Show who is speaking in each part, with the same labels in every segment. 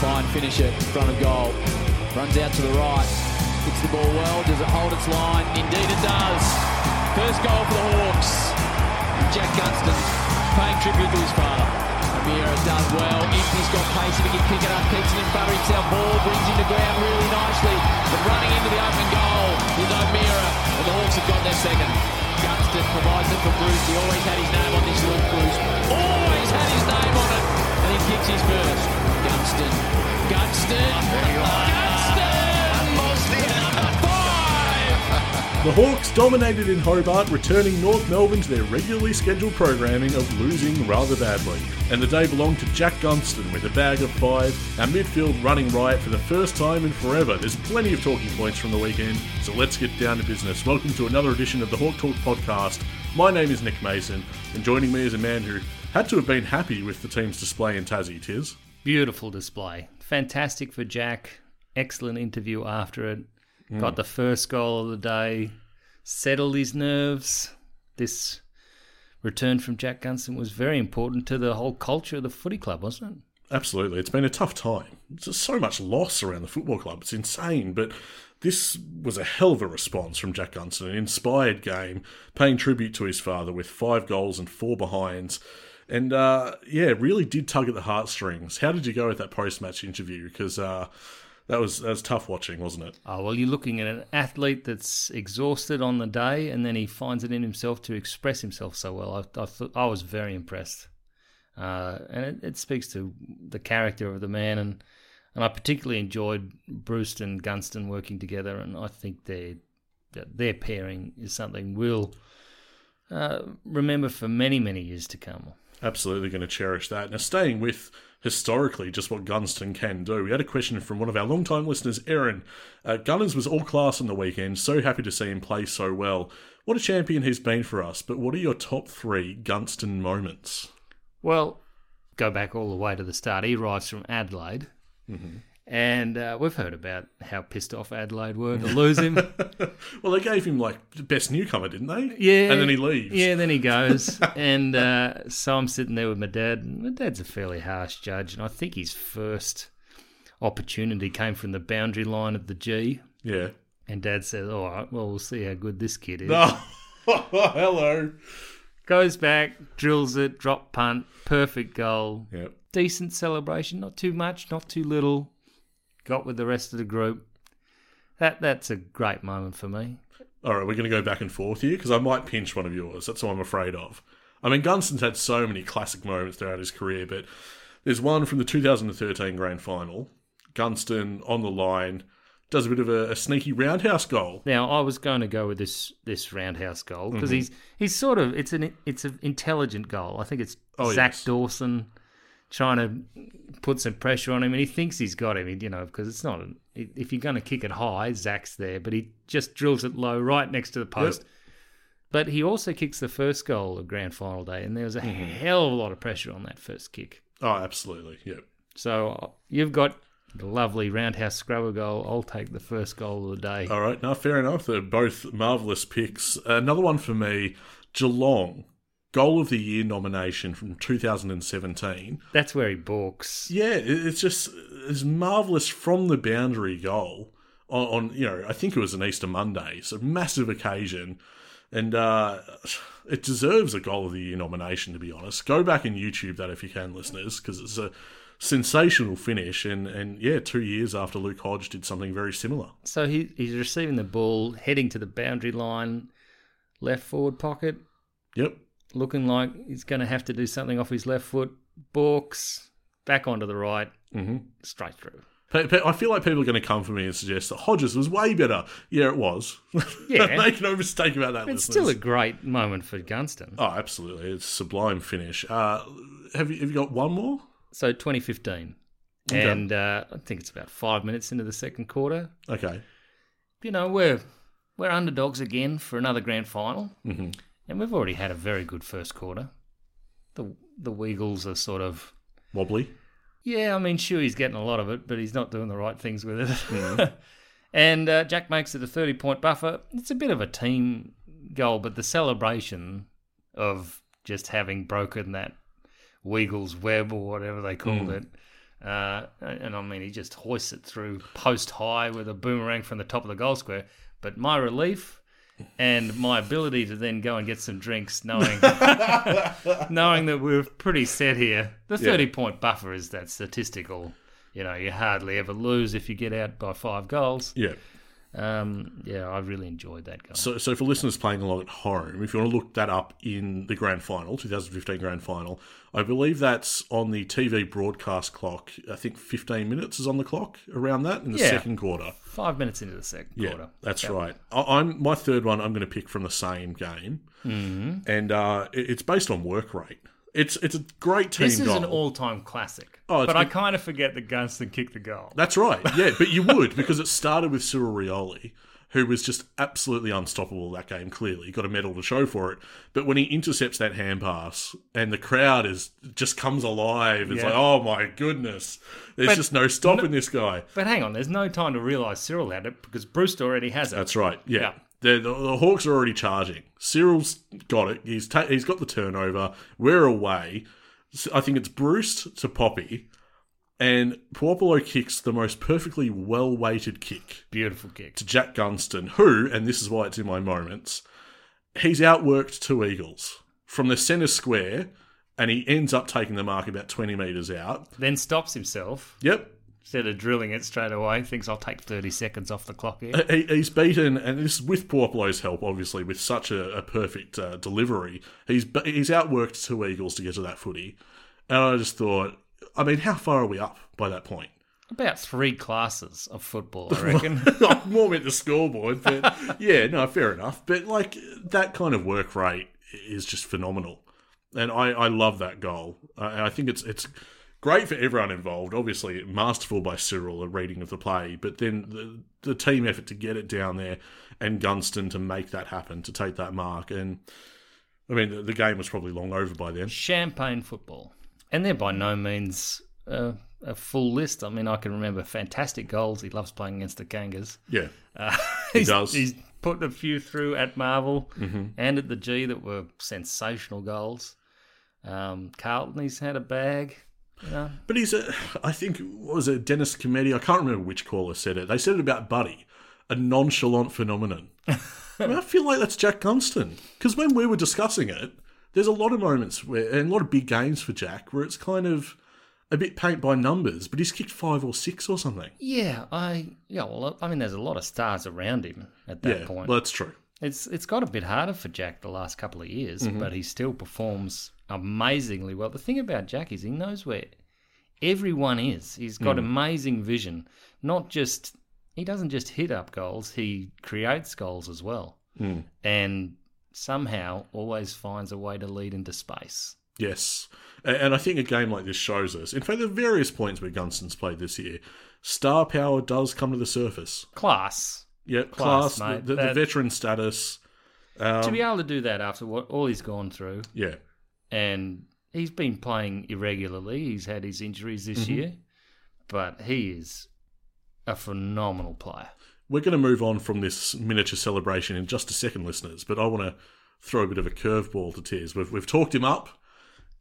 Speaker 1: Fine finisher in front of goal. Runs out to the right. Hits the ball well. Does it hold its line? Indeed it does. First goal for the Hawks. Jack Gunston paying tribute to his father. Amira does well. Impey's got pace. If he can pick it up, keeps it in front of himself. Ball brings him to ground really nicely. But running into the open goal is O'Meara. And the Hawks have got their second. Gunston provides it for Bruce. He always had his name on this look, Bruce. Always had his name on it. And he kicks his first. Gunston. Gunston. Gunston. Five.
Speaker 2: The Hawks dominated in Hobart, returning North Melbourne to their regularly scheduled programming of losing rather badly. And the day belonged to Jack Gunston with a bag of five, our midfield running riot for the first time in forever. There's plenty of talking points from the weekend, so let's get down to business. Welcome to another edition of the Hawk Talk podcast. My name is Nick Mason, and joining me is a man who had to have been happy with the team's display in Tassie, Tis.
Speaker 3: Beautiful display. Fantastic for Jack. Excellent interview after it. Got the first goal of the day. Settled his nerves. This return from Jack Gunston was very important to the whole culture of the footy club, wasn't it?
Speaker 2: Absolutely. It's been a tough time. There's just so much loss around the football club. It's insane. But this was a hell of a response from Jack Gunston, an inspired game, paying tribute to his father with five goals and four behinds. And uh, yeah, it really did tug at the heartstrings. How did you go with that post match interview? Because uh, that was that was tough watching, wasn't it?
Speaker 3: Oh, well, you're looking at an athlete that's exhausted on the day and then he finds it in himself to express himself so well. I, I, thought, I was very impressed. Uh, and it, it speaks to the character of the man. And, and I particularly enjoyed Bruce and Gunston working together. And I think their, that their pairing is something we'll uh, remember for many, many years to come.
Speaker 2: Absolutely going to cherish that. Now, staying with historically just what Gunston can do, we had a question from one of our longtime listeners, Erin. Uh, Gunners was all class on the weekend. So happy to see him play so well. What a champion he's been for us. But what are your top three Gunston moments?
Speaker 3: Well, go back all the way to the start. He arrives from Adelaide,
Speaker 2: Mm-hmm.
Speaker 3: and uh, we've heard about how pissed off Adelaide were to lose him.
Speaker 2: Well, they gave him like best newcomer, didn't they?
Speaker 3: Yeah.
Speaker 2: And then he leaves.
Speaker 3: Yeah, then he goes. and uh, so I'm sitting there with my dad. and My dad's a fairly harsh judge, and I think his first opportunity came from the boundary line of the G.
Speaker 2: Yeah.
Speaker 3: And dad says, All right, well, we'll see how good this kid is.
Speaker 2: Oh, hello.
Speaker 3: Goes back, drills it, drop punt, perfect goal.
Speaker 2: Yep.
Speaker 3: Decent celebration, not too much, not too little. Got with the rest of the group. That That's a great moment for me.
Speaker 2: All right, we're going to go back and forth here because I might pinch one of yours. That's what I'm afraid of. I mean, Gunston's had so many classic moments throughout his career, but there's one from the 2013 Grand Final. Gunston on the line does a bit of a, a sneaky roundhouse goal.
Speaker 3: Now I was going to go with this this roundhouse goal
Speaker 2: Mm-hmm.
Speaker 3: because he's he's sort of it's an it's an intelligent goal. I think it's
Speaker 2: Oh,
Speaker 3: Zach
Speaker 2: yes.
Speaker 3: Dawson trying to put some pressure on him, and he thinks he's got him. You know, because it's not an, if you're going to kick it high, Zach's there, but he just drills it low right next to the post. But he also kicks the first goal of grand final day, and there was a
Speaker 2: Mm-hmm.
Speaker 3: hell of a lot of pressure on that first kick.
Speaker 2: Oh, absolutely. Yep.
Speaker 3: So uh, you've got the lovely roundhouse scrubber goal. I'll take the first goal of the day.
Speaker 2: All right, now fair enough. They're both marvellous picks. Another one for me Geelong, Goal of the Year nomination from 2017.
Speaker 3: That's where he balks.
Speaker 2: Yeah, it- it's just it's marvelous from the boundary goal on, on you know I think it was an Easter Monday, so massive occasion, and uh, it deserves a Goal of the Year nomination to be honest. Go back and YouTube that if you can, listeners, because it's a sensational finish, and and yeah, two years after Luke Hodge did something very similar.
Speaker 3: So he, he's receiving the ball, heading to the boundary line, left forward pocket,
Speaker 2: Yep,
Speaker 3: looking like he's going to have to do something off his left foot. Borks back onto the right,
Speaker 2: Mhm.
Speaker 3: straight through.
Speaker 2: Pe- pe- I feel like people are going to come for me and suggest that Hodges was way better. Yeah, it was.
Speaker 3: Yeah.
Speaker 2: Make no mistake about that.
Speaker 3: It's
Speaker 2: listeners.
Speaker 3: still a great moment for Gunston.
Speaker 2: Oh, absolutely. It's a sublime finish. Uh, have you have you got one more?
Speaker 3: So 2015,
Speaker 2: Okay.
Speaker 3: and uh, I think it's about five minutes into the second quarter.
Speaker 2: Okay.
Speaker 3: You know we're we're underdogs again for another grand final, mm-hmm. and we've already had a very good first quarter. The the Weagles are sort of
Speaker 2: Wobbly.
Speaker 3: Yeah, I mean, sure, he's getting a lot of it, but he's not doing the right things with it. and uh, Jack makes it a 30 point buffer. It's a bit of a team goal, but the celebration of just having broken that Weagles web or whatever they called it Uh, and, and I mean, he just hoists it through post high with a boomerang from the top of the goal square. But my relief and my ability to then go and get some drinks, knowing knowing that we were pretty set here. The
Speaker 2: Yeah.
Speaker 3: thirty point buffer is that statistical. You know, you hardly ever lose if you get out by five goals.
Speaker 2: Yeah.
Speaker 3: Um, yeah, I really enjoyed that goal.
Speaker 2: So, so for listeners playing along at home, if you want to look that up in the grand final, 2015 grand final, I believe that's on the TV broadcast clock. I think 15 minutes is on the clock around that in the
Speaker 3: Yeah.
Speaker 2: second quarter.
Speaker 3: Five minutes into the second
Speaker 2: Yeah,
Speaker 3: quarter.
Speaker 2: that's right. I, I'm my third one. I'm going to pick from the same game, mm-hmm. and uh, it- it's based on work rate. It's it's a great team
Speaker 3: This is
Speaker 2: goal.
Speaker 3: an all-time classic.
Speaker 2: Oh, it's
Speaker 3: but I
Speaker 2: good.
Speaker 3: kind of forget that Gunston kicked the goal.
Speaker 2: That's right. Yeah, but you would because it started with Cyril Rioli, who was just absolutely unstoppable that game. Clearly, he got a medal to show for it. But when he intercepts that hand pass, and the crowd is just comes alive. It's
Speaker 3: Yeah.
Speaker 2: like, oh my goodness, there's just no stopping this guy.
Speaker 3: But hang on, there's no time to realise Cyril had it because Bruce already has it.
Speaker 2: That's right. Yeah.
Speaker 3: Yeah.
Speaker 2: The, the, the Hawks are already charging. Cyril's got it. He's ta- he's got the turnover. We're away. So I think it's Bruce to Poppy, and Popolo kicks the most perfectly well weighted kick.
Speaker 3: Beautiful kick.
Speaker 2: to Jack Gunston, who, and this is why it's in my moments, he's outworked two Eagles from the centre square and he ends up taking the mark about 20 metres out.
Speaker 3: Then stops himself
Speaker 2: Yep.
Speaker 3: instead of drilling it straight away. Thinks I'll take 30 seconds off the clock here.
Speaker 2: He, he's beaten, and this is with Porpolo's help, obviously, with such a, a perfect uh, delivery. He's b- he's outworked two Eagles to get to that footy. And I just thought, I mean, how far are we up by that point?
Speaker 3: About three classes of football, I reckon.
Speaker 2: I more meant the scoreboard, but yeah, no, fair enough. But like that kind of work rate is just phenomenal, and I, I love that goal. I, I think it's it's great for everyone involved. Obviously, masterful by Cyril, a reading of the play, but then the the team effort to get it down there, and Gunston to make that happen, to take that mark, and I mean the, the game was probably long over by then.
Speaker 3: Champagne football. And they're by no means uh, a full list. I mean, I can remember fantastic goals. He loves playing against the Kangas.
Speaker 2: Yeah,
Speaker 3: He
Speaker 2: does. Mm-hmm.
Speaker 3: He's put a few through at Marvel and at the G that were sensational goals. Um, Carlton, he's had a bag.
Speaker 2: But he's a, I think, what was it Dennis Cometti? I can't remember which caller said it. They said it about Buddy, a nonchalant phenomenon. I, mean, I feel like that's Jack Gunston. Because when we were discussing it, there's a lot of moments where, and a lot of big games for Jack where it's kind of a bit paint by numbers, but he's kicked five or six or something.
Speaker 3: Yeah, I yeah. Well, I mean, there's a lot of stars around him at that
Speaker 2: yeah,
Speaker 3: point.
Speaker 2: well, that's true.
Speaker 3: It's it's got a bit harder for Jack the last couple of years, but he still performs amazingly well. The thing about Jack is he knows where everyone is. He's got amazing vision. Not just he doesn't just hit up goals; he creates goals as well, and somehow always finds a way to lead into space.
Speaker 2: Yes. A- And I think a game like this shows us. In fact, the various points where Gunston's played this year, star power does come to the surface.
Speaker 3: Class
Speaker 2: Yeah, class,
Speaker 3: Class,
Speaker 2: the-
Speaker 3: mate.
Speaker 2: the, the
Speaker 3: That-
Speaker 2: veteran status.
Speaker 3: to be able to do that after what all he's gone through.
Speaker 2: Yeah.
Speaker 3: and he's been playing irregularly. He's had his injuries this year, but he is a phenomenal player.
Speaker 2: We're going to move on from this miniature celebration in just a second, listeners, but I want to throw a bit of a curveball to Tiz. We've, we've talked him up.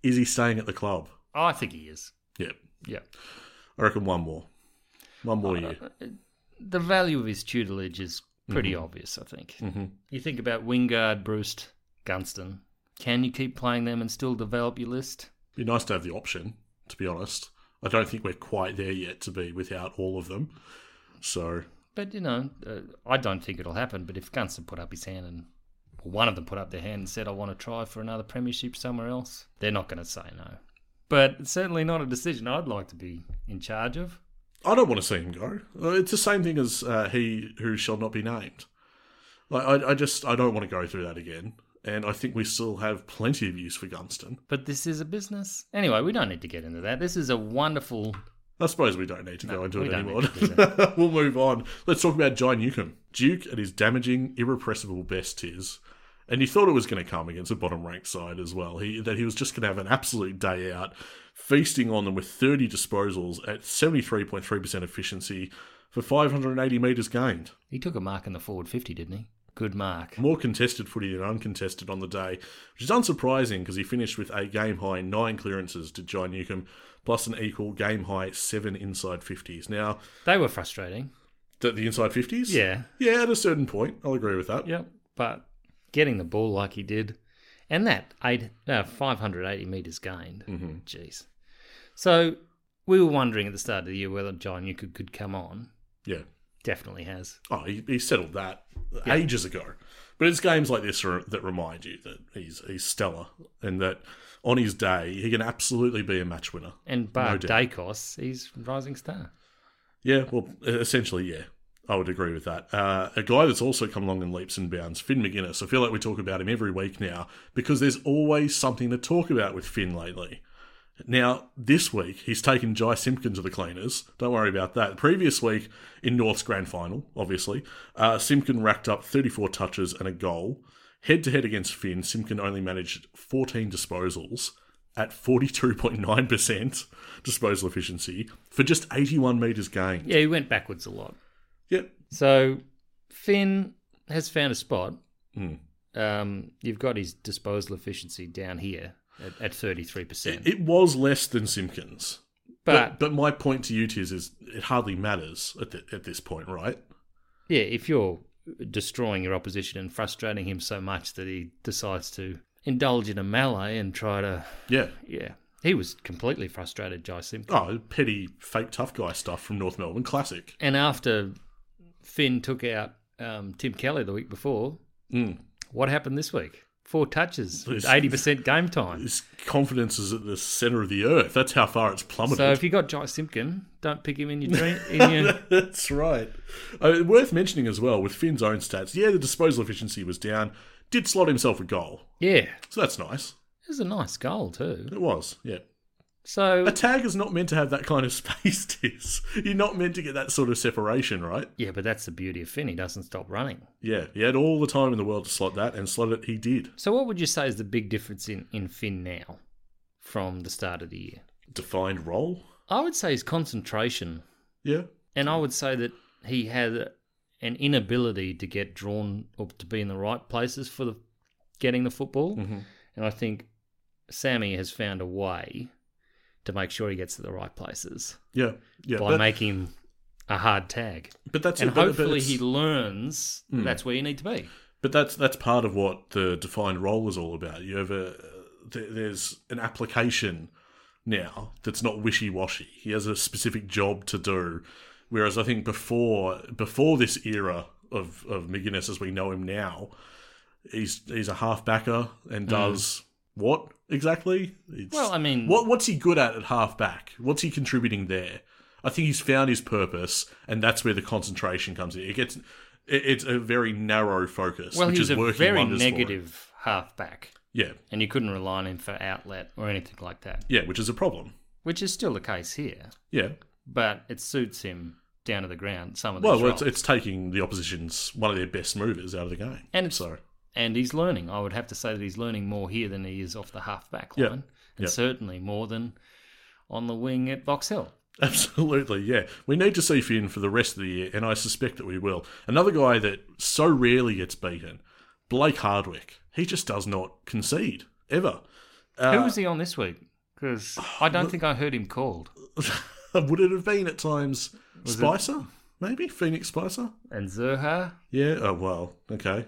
Speaker 2: Is he staying at the club?
Speaker 3: I think he is.
Speaker 2: Yeah.
Speaker 3: Yeah.
Speaker 2: I reckon one more. One more year.
Speaker 3: The value of his tutelage is pretty obvious, I think. Mm-hmm. You think about Wingard, Bruce, Gunston. Can you keep playing them and still develop your list?
Speaker 2: Be nice to have the option, to be honest. I don't think we're quite there yet to be without all of them. So,
Speaker 3: But, you know, uh, I don't think it'll happen. But if Gunston put up his hand and or one of them put up their hand and said, I want to try for another premiership somewhere else, they're not going to say no. But it's certainly not a decision I'd like to be in charge of.
Speaker 2: I don't want to see him go. Uh, It's the same thing as uh, he who shall not be named. Like I, I just I don't want to go through that again. And I think we still have plenty of use for Gunston.
Speaker 3: But this is a business. Anyway, we don't need to get into that. This is a wonderful.
Speaker 2: I suppose we don't need to go into
Speaker 3: we
Speaker 2: it
Speaker 3: don't
Speaker 2: anymore.
Speaker 3: need to do
Speaker 2: we'll move on. Let's talk about Jai Newcomb. Duke at his damaging, irrepressible best is. And he thought it was going to come against a bottom ranked side as well. He, that he was just going to have an absolute day out, feasting on them with 30 disposals at 73.3% efficiency for 580 metres gained.
Speaker 3: He took a mark in the forward 50, didn't he? Good mark.
Speaker 2: More contested footy than uncontested on the day, which is unsurprising because he finished with a game high nine clearances to John Newcomb, plus an equal game high seven inside 50s. Now,
Speaker 3: They were frustrating.
Speaker 2: the, the inside 50s?
Speaker 3: Yeah.
Speaker 2: Yeah, at a certain point. I'll agree with that.
Speaker 3: Yep. But getting the ball like he did, and that eight, uh, 580 metres gained.
Speaker 2: Mm-hmm.
Speaker 3: Jeez. So we were wondering at the start of the year whether John Newcomb could come on.
Speaker 2: Yeah.
Speaker 3: Definitely has.
Speaker 2: Oh, he, he settled that ages ago. But it's games like this re- that remind you that he's he's stellar and that on his day he can absolutely be a match winner.
Speaker 3: And Bar
Speaker 2: No doubt.
Speaker 3: Dacos, he's rising star.
Speaker 2: Yeah, well, e, essentially, yeah, I would agree with that. Uh, a guy that's also come along in leaps and bounds, Finn McGuinness. I feel like we talk about him every week now because there's always something to talk about with Finn lately. Now, this week, he's taken Jai Simpkin to the cleaners. Don't worry about that. The previous week, in North's grand final, obviously, uh, Simpkin racked up 34 touches and a goal. Head to head against Finn, Simpkin only managed 14 disposals at 42.9% disposal efficiency for just 81 metres gained.
Speaker 3: Yeah, he went backwards a lot.
Speaker 2: Yep.
Speaker 3: So Finn has found a spot.
Speaker 2: Mm.
Speaker 3: Um, you've got his disposal efficiency down here at, at 33%.
Speaker 2: It was less than Simpkins. But,
Speaker 3: but,
Speaker 2: but my point to you, Tiz, is it hardly matters at, the, at this point, right?
Speaker 3: yeah, if you're destroying your opposition and frustrating him so much that he decides to indulge in a melee and try to,
Speaker 2: Yeah.
Speaker 3: yeah, he was completely frustrated, Jai Simpkins.
Speaker 2: Oh, petty, fake tough guy stuff from North Melbourne. Classic.
Speaker 3: And after Finn took out um, Tim Kelly the week before, what happened this week? Four touches,
Speaker 2: This-
Speaker 3: eighty percent game time.
Speaker 2: His confidence is at the center of the earth. That's how far it's plummeted.
Speaker 3: So if you got Jai Simpkin, don't pick him in your dream. In your,
Speaker 2: That's right. Uh, worth mentioning as well, with Finn's own stats, yeah, the disposal efficiency was down. Did slot himself a goal.
Speaker 3: yeah,
Speaker 2: So that's nice.
Speaker 3: it was a nice goal too.
Speaker 2: It was, yeah.
Speaker 3: So
Speaker 2: A tag is not meant to have that kind of space, Tiz. You're not meant to get that sort of separation, right?
Speaker 3: yeah, but that's the beauty of Finn. He doesn't stop running.
Speaker 2: Yeah, he had all the time in the world to slot that, and slot it he did.
Speaker 3: So what would you say is the big difference in in Finn now from the start of the year?
Speaker 2: Defined role?
Speaker 3: I would say his concentration
Speaker 2: Yeah.
Speaker 3: And I would say that he had an inability to get drawn or to be in the right places for the getting the football.
Speaker 2: Mm-hmm.
Speaker 3: And I think Sammy has found a way to make sure he gets to the right places
Speaker 2: Yeah. Yeah.
Speaker 3: by
Speaker 2: That-
Speaker 3: making him a hard tag.
Speaker 2: but that's
Speaker 3: And
Speaker 2: it, but- Hmm. but
Speaker 3: hopefully
Speaker 2: it's-
Speaker 3: he learns that's where you need to be.
Speaker 2: But that's that's part of what the defined role is all about. You have a th- there's an application now that's not wishy washy. He has a specific job to do, whereas I think before before this era of of McGuinness as we know him now, he's he's a halfbacker and does what exactly? It's,
Speaker 3: Mm. Well, I mean-
Speaker 2: what what's he good at at halfback? What's he contributing there? I think he's found his purpose, and that's where the concentration comes in. It gets it- it's a very narrow focus,
Speaker 3: Well,
Speaker 2: which
Speaker 3: he was
Speaker 2: is
Speaker 3: a
Speaker 2: working
Speaker 3: very
Speaker 2: wonders for him.
Speaker 3: negative halfback,
Speaker 2: Yeah,
Speaker 3: and you couldn't rely on him for outlet or anything like that,
Speaker 2: yeah, which is a problem.
Speaker 3: which is still the case here.
Speaker 2: Yeah.
Speaker 3: But it suits him down to the ground. Some of these
Speaker 2: Well, well, it's,
Speaker 3: roles.
Speaker 2: it's taking the opposition's one of their best movers out of the game.
Speaker 3: And it's-
Speaker 2: so,
Speaker 3: and he's learning. I would have to say that he's learning more here than he is off the half back line,
Speaker 2: Yeah.
Speaker 3: and
Speaker 2: Yeah.
Speaker 3: certainly more than on the wing at Box Hill.
Speaker 2: absolutely, yeah, we need to see Finn for the rest of the year, and I suspect that we will. Another guy that so rarely gets beaten, Blake Hardwick. He just does not concede ever. Uh,
Speaker 3: Who was he on this week? Because I don't think I heard him called.
Speaker 2: Would it have been at times Spicer? Maybe Phoenix Spicer.
Speaker 3: And Zerha,
Speaker 2: Yeah. Oh well. Okay.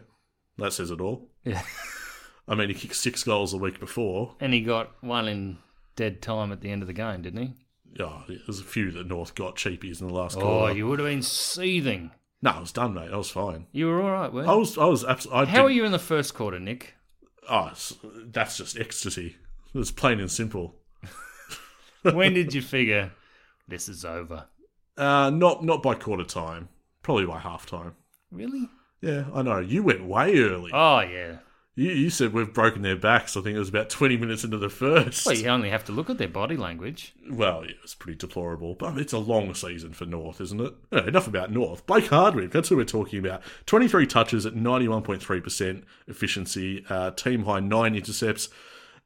Speaker 2: That says it all.
Speaker 3: Yeah.
Speaker 2: I mean, he kicked six goals the week before.
Speaker 3: and he got one in dead time at the end of the game, didn't he?
Speaker 2: Yeah, there's a few that North got cheapies in the last
Speaker 3: Oh,
Speaker 2: quarter.
Speaker 3: you would have been seething.
Speaker 2: No, I was done, mate. I was fine.
Speaker 3: You were all right, weren't
Speaker 2: I
Speaker 3: you?
Speaker 2: was. I was. Abs- I Oh,
Speaker 3: How
Speaker 2: did-
Speaker 3: are you in the first quarter, Nick?
Speaker 2: Oh, it's- that's just ecstasy. It's plain and simple.
Speaker 3: When did you figure this is over?
Speaker 2: Uh, not not by quarter time. Probably by half time.
Speaker 3: Really?
Speaker 2: Yeah, I know. You went way early.
Speaker 3: Oh yeah.
Speaker 2: You, you said we've broken their backs. I think it was about twenty minutes into the first.
Speaker 3: Well, you only have to look at their body language.
Speaker 2: Well, it was pretty deplorable, but it's a long season for North, isn't it? No, enough about North. Blake Hardwick, that's who we're talking about. 23 touches at 91.3% efficiency, uh, team high nine intercepts,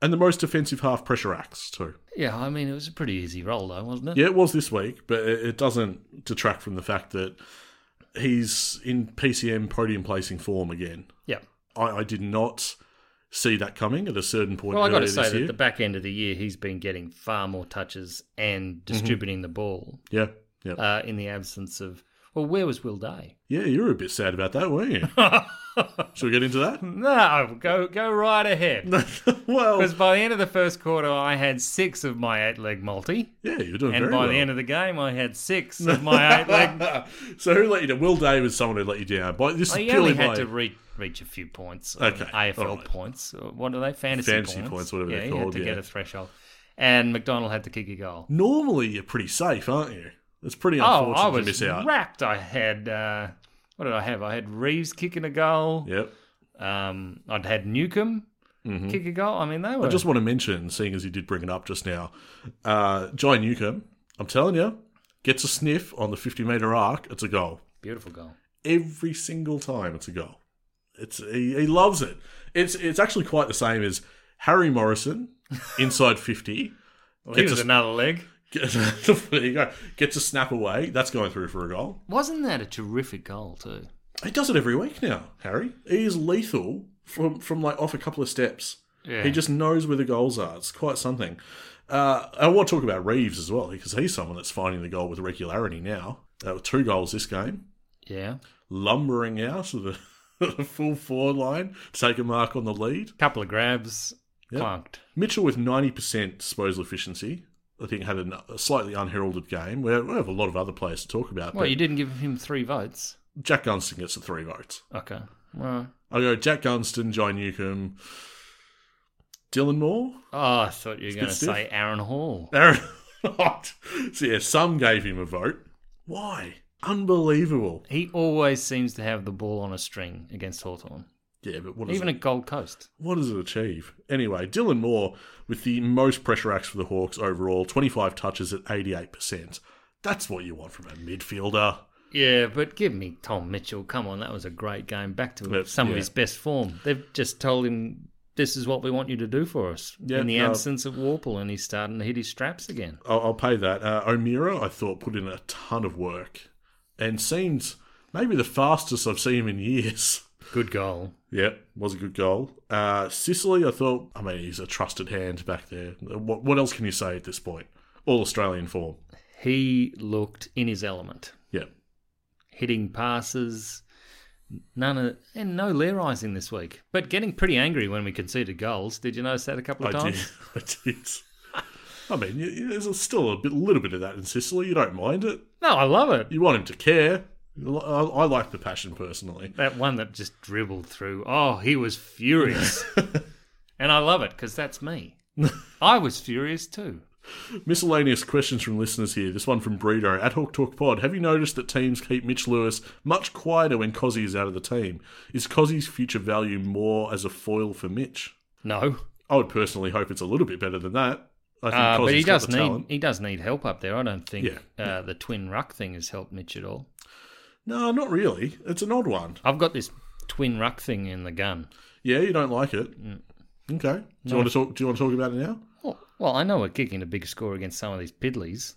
Speaker 2: and the most defensive half pressure acts, too.
Speaker 3: Yeah, I mean it was a pretty easy roll though, wasn't it?
Speaker 2: Yeah, it was this week, but it it doesn't detract from the fact that he's in PCM podium placing form again.
Speaker 3: Yeah.
Speaker 2: I, I did not see that coming at a certain point.
Speaker 3: Well, I got to
Speaker 2: earlier
Speaker 3: say
Speaker 2: this
Speaker 3: that
Speaker 2: year.
Speaker 3: the back end of the year, he's been getting far more touches
Speaker 2: Mm-hmm.
Speaker 3: and distributing the ball
Speaker 2: yeah, yeah,
Speaker 3: uh, in the absence of. Well, where was Will Day?
Speaker 2: yeah. You were a bit sad about that, weren't you? Shall we get into that?
Speaker 3: No, go go right ahead.
Speaker 2: well,
Speaker 3: Because by the end of the first quarter, I had six of my eight leg multi,
Speaker 2: yeah, you're doing
Speaker 3: and
Speaker 2: very
Speaker 3: by
Speaker 2: well.
Speaker 3: the end of the game, I had six of my eight leg.
Speaker 2: so who let you down? Will Day was someone who let you down. But this is
Speaker 3: I
Speaker 2: purely
Speaker 3: only had
Speaker 2: my
Speaker 3: to re- reach a few points, or
Speaker 2: Okay, all
Speaker 3: AFL
Speaker 2: right.
Speaker 3: points. Or what are they? Fantasy,
Speaker 2: Fantasy points, whatever
Speaker 3: yeah,
Speaker 2: they're
Speaker 3: he had
Speaker 2: called,
Speaker 3: to
Speaker 2: yeah.
Speaker 3: get a threshold, and McDonald had to kick a goal.
Speaker 2: normally you're pretty safe, aren't you? It's pretty
Speaker 3: Oh,
Speaker 2: unfortunate
Speaker 3: I was
Speaker 2: to miss out.
Speaker 3: wrapped. I had uh, what did I have? I had Reeves kicking a goal.
Speaker 2: Yep.
Speaker 3: Um, I'd had Newcomb kick a goal. I mean, they were
Speaker 2: Mm-hmm. I just want to mention, seeing as you did bring it up just now, uh, Jai Newcomb, I'm telling you, gets a sniff on the 50 metre arc, it's a goal.
Speaker 3: beautiful goal.
Speaker 2: Every single time, it's a goal. It's he, he loves it. It's it's actually quite the same as Harry Morrison inside 50.
Speaker 3: Well, he
Speaker 2: Gets
Speaker 3: was
Speaker 2: us-
Speaker 3: another leg.
Speaker 2: Gets, there you go. Gets a snap away. That's going through for a goal.
Speaker 3: Wasn't that a terrific goal too?
Speaker 2: He does it every week now, Harry. He is lethal from from like off a couple of steps.
Speaker 3: Yeah.
Speaker 2: He just knows where the goals are. It's quite something. Uh, I want to talk about Reeves as well because he's someone that's finding the goal with regularity now. Uh, two goals this game,
Speaker 3: yeah.
Speaker 2: lumbering out of the, the full forward line to take a mark on the lead.
Speaker 3: Couple of grabs, clunked.
Speaker 2: Mitchell with ninety percent disposal efficiency. I think had an- a slightly unheralded game. We have we have a lot of other players to talk about.
Speaker 3: Well,
Speaker 2: but
Speaker 3: you didn't give him three votes.
Speaker 2: Jack Gunston gets the three votes.
Speaker 3: Okay. Well,
Speaker 2: I go Jack Gunston, Jai Newcomb, Dylan Moore.
Speaker 3: oh, I thought you were going to
Speaker 2: stiff.
Speaker 3: say Aaron Hall.
Speaker 2: Aaron Hart. So yeah, some gave him a vote. Why? Unbelievable.
Speaker 3: He always seems to have the ball on a string against Hawthorn,
Speaker 2: Yeah, but what does,
Speaker 3: even
Speaker 2: it,
Speaker 3: at Gold Coast.
Speaker 2: what does it achieve? Anyway, Dylan Moore with the most pressure acts for the Hawks overall, 25 touches at 88%. That's what you want from a midfielder.
Speaker 3: Yeah, but give me Tom Mitchell. Come on, that was a great game. Back to
Speaker 2: Yep,
Speaker 3: some
Speaker 2: yeah.
Speaker 3: of his best form. They've just told him this is what we want you to do for us
Speaker 2: Yeah,
Speaker 3: in the
Speaker 2: no.
Speaker 3: absence of Warple, and he's starting to hit his straps again.
Speaker 2: I'll, I'll pay that. Uh, O'Meara, I thought, put in a ton of work and seemed maybe the fastest I've seen him in years.
Speaker 3: Good goal.
Speaker 2: Yep, was a good goal. Uh, Sicily, I thought, I mean, he's a trusted hand back there. What, what else can you say at this point? All Australian form.
Speaker 3: He looked in his element,
Speaker 2: Yeah.
Speaker 3: hitting passes. None of, and no Learising this week, but getting pretty angry when we conceded goals. Did you notice that a couple
Speaker 2: I
Speaker 3: of times?
Speaker 2: did. I did. I mean, you- you- there's still a bit, little bit of that in Sicily. You don't mind it.
Speaker 3: No, I love it.
Speaker 2: You want him to care. I, I like the passion personally.
Speaker 3: That one that just dribbled through. Oh, he was furious. and I love it because that's me. I was furious too.
Speaker 2: Miscellaneous questions from listeners here. This one from Bredo at Hawk Talk Pod. Have you noticed that teams keep Mitch Lewis much quieter when Cozzy is out of the team? Is Cozzy's future value more as a foil for Mitch?
Speaker 3: No,
Speaker 2: I would personally hope it's a little bit better than that. I think
Speaker 3: uh, but
Speaker 2: Cosby's
Speaker 3: he
Speaker 2: got
Speaker 3: does
Speaker 2: the
Speaker 3: need
Speaker 2: talent.
Speaker 3: he does need help up there. I don't think
Speaker 2: Yeah,
Speaker 3: uh, the twin ruck thing has helped Mitch at all.
Speaker 2: No, not really. It's an odd one.
Speaker 3: I've got this twin ruck thing in the gun.
Speaker 2: Yeah, you don't like it.
Speaker 3: Mm.
Speaker 2: Okay. Do you want to talk? Do you want to talk about it now?
Speaker 3: Well, well, I know we're kicking a big score against some of these piddlies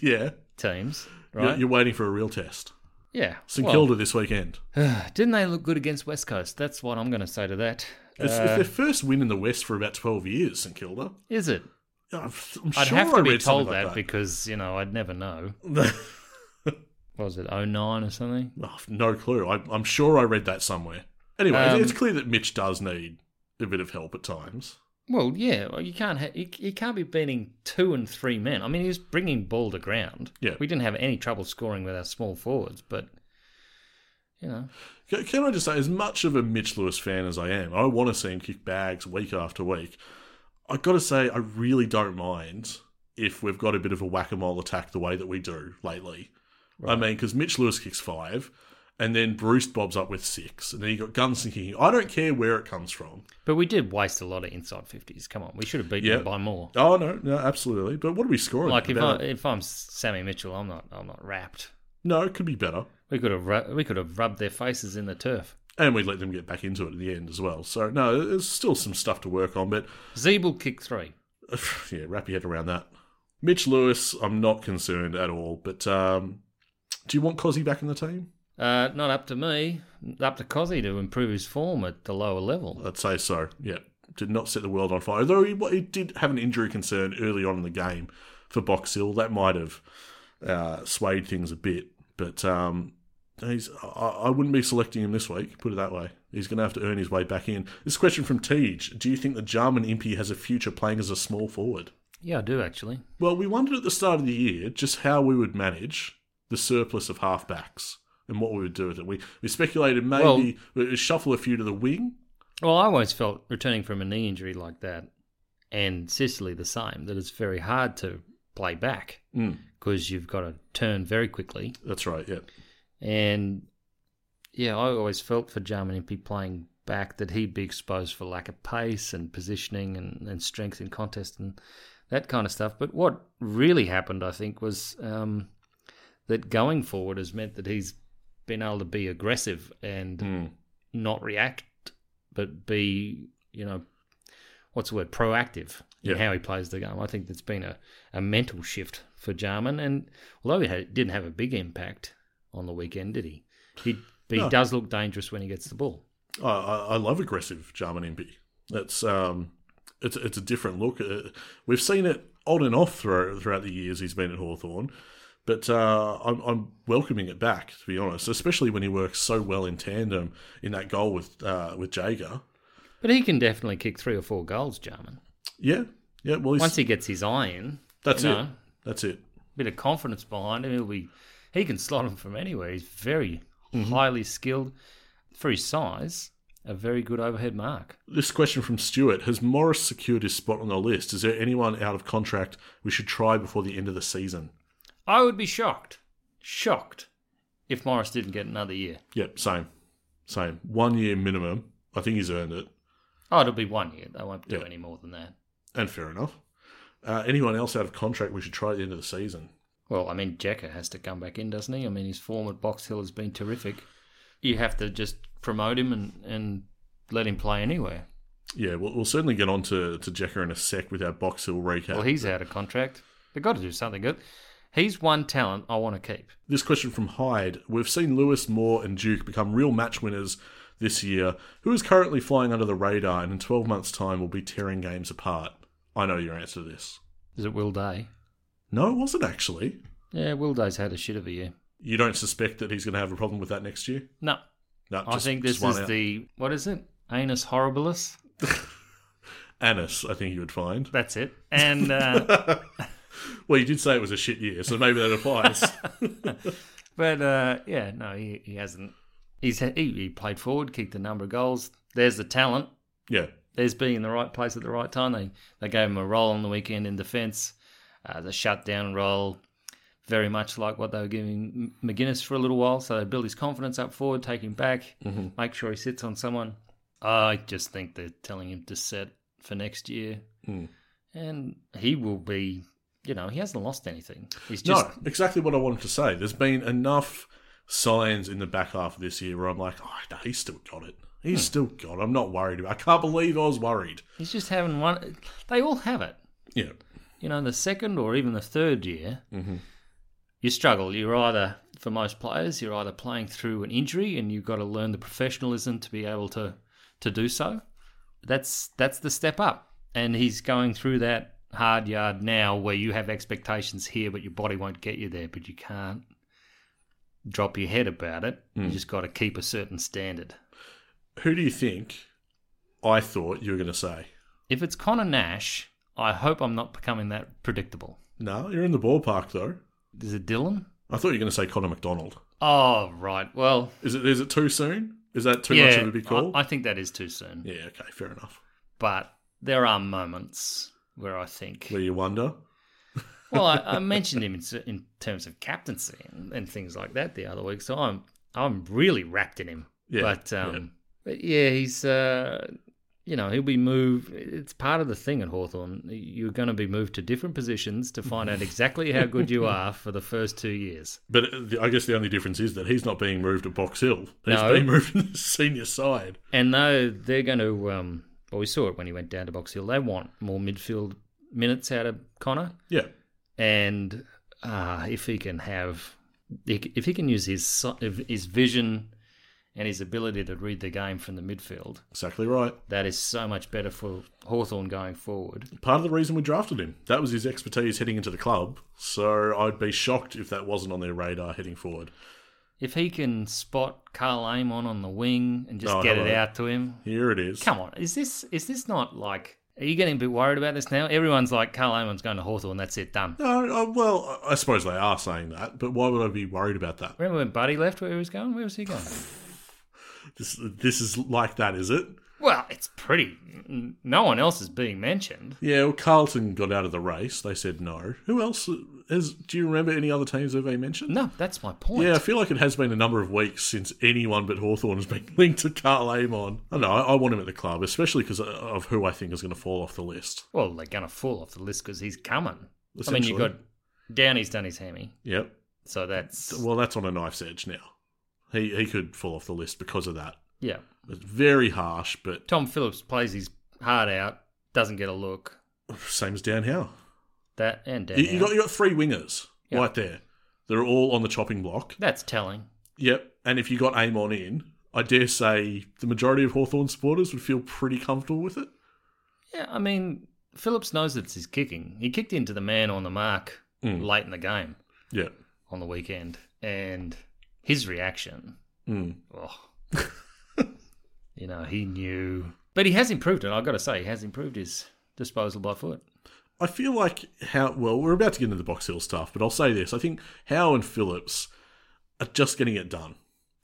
Speaker 2: yeah.
Speaker 3: teams,
Speaker 2: You're-
Speaker 3: right?
Speaker 2: You're waiting for a real test.
Speaker 3: yeah.
Speaker 2: St
Speaker 3: well,
Speaker 2: Kilda this weekend.
Speaker 3: Didn't they look good against West Coast? That's what I'm going to say to that. Uh,
Speaker 2: It's, it's their first win in the West for about twelve years. St Kilda.
Speaker 3: Is it?
Speaker 2: I'm, I'm sure
Speaker 3: I'd have
Speaker 2: I
Speaker 3: to
Speaker 2: read
Speaker 3: be
Speaker 2: something
Speaker 3: told
Speaker 2: like
Speaker 3: that, because you know I'd never know. What was it 09 or something?
Speaker 2: Oh, no clue. I, I'm sure I read that somewhere. Anyway,
Speaker 3: Um,
Speaker 2: it's clear that Mitch does need a bit of help at times.
Speaker 3: Well, yeah, well, you can't ha- you, you can't be beating two and three men. I mean, he was bringing ball to ground.
Speaker 2: Yeah.
Speaker 3: we didn't have any trouble scoring with our small forwards, but you know,
Speaker 2: Can- Can I just say, as much of a Mitch Lewis fan as I am, I want to see him kick bags week after week. I got to say, I really don't mind if we've got a bit of a whack a mole attack the way that we do lately. I mean, because Mitch Lewis kicks five, and then Bruce bobs up with six, and then you got Gunston kicking. I don't care where it comes from.
Speaker 3: but we did waste a lot of inside fifties. Come on, we should have beaten
Speaker 2: Yeah.
Speaker 3: them by more.
Speaker 2: Oh no, no, absolutely. But what are we scoring?
Speaker 3: Like if I,
Speaker 2: About-
Speaker 3: if I'm Sammy Mitchell, I'm not I'm not wrapped.
Speaker 2: no, it could be better.
Speaker 3: We could have ru- we could have rubbed their faces in the turf.
Speaker 2: And we let them get back into it in the end as well. So no, there's still some stuff to work on, but
Speaker 3: Zeeble kick three.
Speaker 2: yeah, wrap your head around that. Mitch Lewis, I'm not concerned at all, but um, Do you want Cozzy back in the team?
Speaker 3: Uh, not up to me, up to Cozzy to improve his form at the lower level.
Speaker 2: I'd say so. Yeah, did not set the world on fire. Though he, he did have an injury concern early on in the game for Box Hill. That might have uh, swayed things a bit, but um, he's. I, I wouldn't be selecting him this week. Put it that way. He's going to have to earn his way back in. This question from Tej: Do you think the German Impy has a future playing as a small forward?
Speaker 3: Yeah, I do actually.
Speaker 2: Well, we wondered at the start of the year just how we would manage the surplus of halfbacks and what we would do with it. We we speculated maybe we shuffle a few to the wing.
Speaker 3: Well, I always felt returning from a knee injury like that, and Sicily the same, that it's very hard to play back because you've got to turn very quickly.
Speaker 2: That's right. Yeah.
Speaker 3: And yeah, I always felt for Jarman Impey playing back that he'd be exposed for lack of pace and positioning and, and strength in contest and that kind of stuff. But what really happened, I think, was um, that going forward has meant that he's been able to be aggressive and not react, but be, you know, what's the word, proactive
Speaker 2: Yeah.
Speaker 3: in how he plays the game. I think that's been a, a mental shift for Jarman. And although he had, didn't have a big impact on the weekend, did he? He, but he does look dangerous when he gets the ball.
Speaker 2: I, I I love aggressive Jarman Impey. That's um, it's it's a different look. Uh, We've seen it on and off throughout, throughout the years he's been at Hawthorn, but uh, I'm, I'm welcoming it back to be honest, especially when he works so well in tandem in that goal with uh, with Jager.
Speaker 3: But he can definitely kick three or four goals, Jarman.
Speaker 2: Yeah, yeah. Well, he's,
Speaker 3: Once he gets his eye in,
Speaker 2: that's
Speaker 3: you
Speaker 2: it.
Speaker 3: know.
Speaker 2: That's it.
Speaker 3: bit of confidence behind him, he'll be he can slot him from anywhere. He's very highly skilled for his size. A very good overhead mark.
Speaker 2: This question from Stuart: Has Morris secured his spot on the list? Is there anyone out of contract we should try before the end of the season?
Speaker 3: I would be shocked, shocked, if Morris didn't get another year.
Speaker 2: Yep, same, same. One year minimum. I think he's earned it.
Speaker 3: Oh, it'll be one year. They won't do
Speaker 2: Yeah.
Speaker 3: any more than that.
Speaker 2: And fair enough. Uh, anyone else out of contract, we should try at the end of the season.
Speaker 3: Well, I mean, Jekka has to come back in, doesn't he? I mean, his form at Box Hill has been terrific. You have to just promote him and, and let him play anywhere.
Speaker 2: Yeah, we'll, we'll certainly get on to, to Jekka in a sec with our Box Hill recap.
Speaker 3: Well, he's out of contract. They've got to do something good. He's one talent I want to keep.
Speaker 2: this question from Hyde. We've seen Lewis, Moore, and Duke become real match winners this year. Who is currently flying under the radar and in 12 months' time will be tearing games apart? I know your answer to this.
Speaker 3: Is it Will Day?
Speaker 2: No, it wasn't actually.
Speaker 3: Yeah, Will Day's had a shit of a year.
Speaker 2: You don't suspect that he's going to have a problem with that next year?
Speaker 3: No,
Speaker 2: No,
Speaker 3: I
Speaker 2: just-
Speaker 3: think this
Speaker 2: just one
Speaker 3: is
Speaker 2: out.
Speaker 3: the what is it? Anus horribilis.
Speaker 2: Anus, I think you would find.
Speaker 3: That's it. And uh,
Speaker 2: Well, you did say it was a shit year, so maybe that applies.
Speaker 3: but uh, yeah, no, he, he hasn't. He's he, he played forward, kicked a number of goals. There's the talent.
Speaker 2: yeah.
Speaker 3: There's being in the right place at the right time. They they gave him a role on the weekend in defence, uh, the shutdown role, very much like what they were giving M- McGuinness for a little while. So they build his confidence up forward, take him back, make sure he sits on someone. I just think they're telling him to set for next year, and he will be. You know, he hasn't lost anything. He's just
Speaker 2: no, exactly what I wanted to say. There's been enough signs in the back half of this year where I'm like, oh, no, he's still got it.
Speaker 3: Hmm.
Speaker 2: He's still got it. I'm not worried about I can't believe I was worried.
Speaker 3: he's just having one. They all have it.
Speaker 2: Yeah.
Speaker 3: you know, the second or even the third year, you struggle. You're either, for most players, you're either playing through an injury and you've got to learn the professionalism to be able to, to do so. That's that's the step up. And he's going through that hard yard now where you have expectations here, but your body won't get you there, but you can't drop your head about it. You just got to keep a certain standard.
Speaker 2: Who do you think I thought you were going to say?
Speaker 3: If it's Connor Nash, I hope I'm not becoming that predictable.
Speaker 2: No, you're in the ballpark, though.
Speaker 3: Is it Dylan?
Speaker 2: I thought you were going to say Connor McDonald.
Speaker 3: Oh, right. Well,
Speaker 2: Is it? Is it too soon? Is that too much of a big call?
Speaker 3: I, I think that is too soon.
Speaker 2: yeah, okay, fair enough.
Speaker 3: But there are moments where I think.
Speaker 2: Where you wonder?
Speaker 3: Well, I, I mentioned him in, cer- in terms of captaincy and, and things like that the other week, so I'm I'm really wrapped in him.
Speaker 2: Yeah,
Speaker 3: but um, but yeah, he's uh, you know he'll be moved. It's part of the thing at Hawthorn. You're going to be moved to different positions to find out exactly how good you are for the first two years.
Speaker 2: But the, I guess the only difference is that he's not being moved to Box Hill. He's
Speaker 3: No.
Speaker 2: being moved to the senior side.
Speaker 3: And though they're going to, um, well, we saw it when he went down to Box Hill. They want more midfield minutes out of Connor.
Speaker 2: Yeah.
Speaker 3: and uh, if he can have if he can use his si- if- his vision and his ability to read the game from the midfield,
Speaker 2: Exactly right.
Speaker 3: that is so much better for Hawthorn going forward.
Speaker 2: Part of the reason we drafted him. That was his expertise heading into the club. So I'd be shocked if that wasn't on their radar heading forward.
Speaker 3: If he can spot Carl Amon on the wing and just
Speaker 2: Oh,
Speaker 3: get it
Speaker 2: hello.
Speaker 3: out to him,
Speaker 2: Here it is.
Speaker 3: come on, is this is this not like? Are you getting a bit worried about this now? Everyone's like, Carl Amon's going to Hawthorn. That's it, done.
Speaker 2: No, uh, well, I I suppose they are saying that, but why would I be worried about that?
Speaker 3: Remember when Buddy left? Where he was going? Where was he going?
Speaker 2: This, this is like that, is it?
Speaker 3: well, it's pretty. No one else is being mentioned.
Speaker 2: Yeah, well, Carlton got out of the race. They said no. Who else uh, has? Do you remember any other teams that they mentioned?
Speaker 3: No, that's my point.
Speaker 2: Yeah, I feel like it has been a number of weeks since anyone but Hawthorn has been linked to Carl Amon. I don't know. I, I want him at the club, especially because of who I think is going to fall off the list.
Speaker 3: Well, they're going to fall off the list because he's coming. I mean, you've got
Speaker 2: Essentially.
Speaker 3: Downey's done his hammy,
Speaker 2: Yep.
Speaker 3: so that's
Speaker 2: Well, that's on a knife's edge now. He he could fall off the list because of that.
Speaker 3: yeah.
Speaker 2: It's very harsh, but
Speaker 3: Tom Phillips plays his heart out, doesn't get a look.
Speaker 2: same as Dan Howe.
Speaker 3: That and Dan
Speaker 2: You, you
Speaker 3: Howe.
Speaker 2: got you got three wingers
Speaker 3: Yeah.
Speaker 2: right there. They're all on the chopping block.
Speaker 3: that's telling.
Speaker 2: Yep. And if you got Amon in, I dare say the majority of Hawthorn supporters would feel pretty comfortable with it.
Speaker 3: Yeah, I mean, Phillips knows it's his kicking. He kicked into the man on the mark
Speaker 2: Mm.
Speaker 3: late in the game
Speaker 2: Yeah.
Speaker 3: on the weekend, and his reaction.
Speaker 2: Mm.
Speaker 3: Oh, you know, he knew, but he has improved it. I've got to say, he has improved his disposal by foot.
Speaker 2: I feel like how well we're about to get into the Box Hill stuff, but I'll say this: I think Howe and Phillips are just getting it done.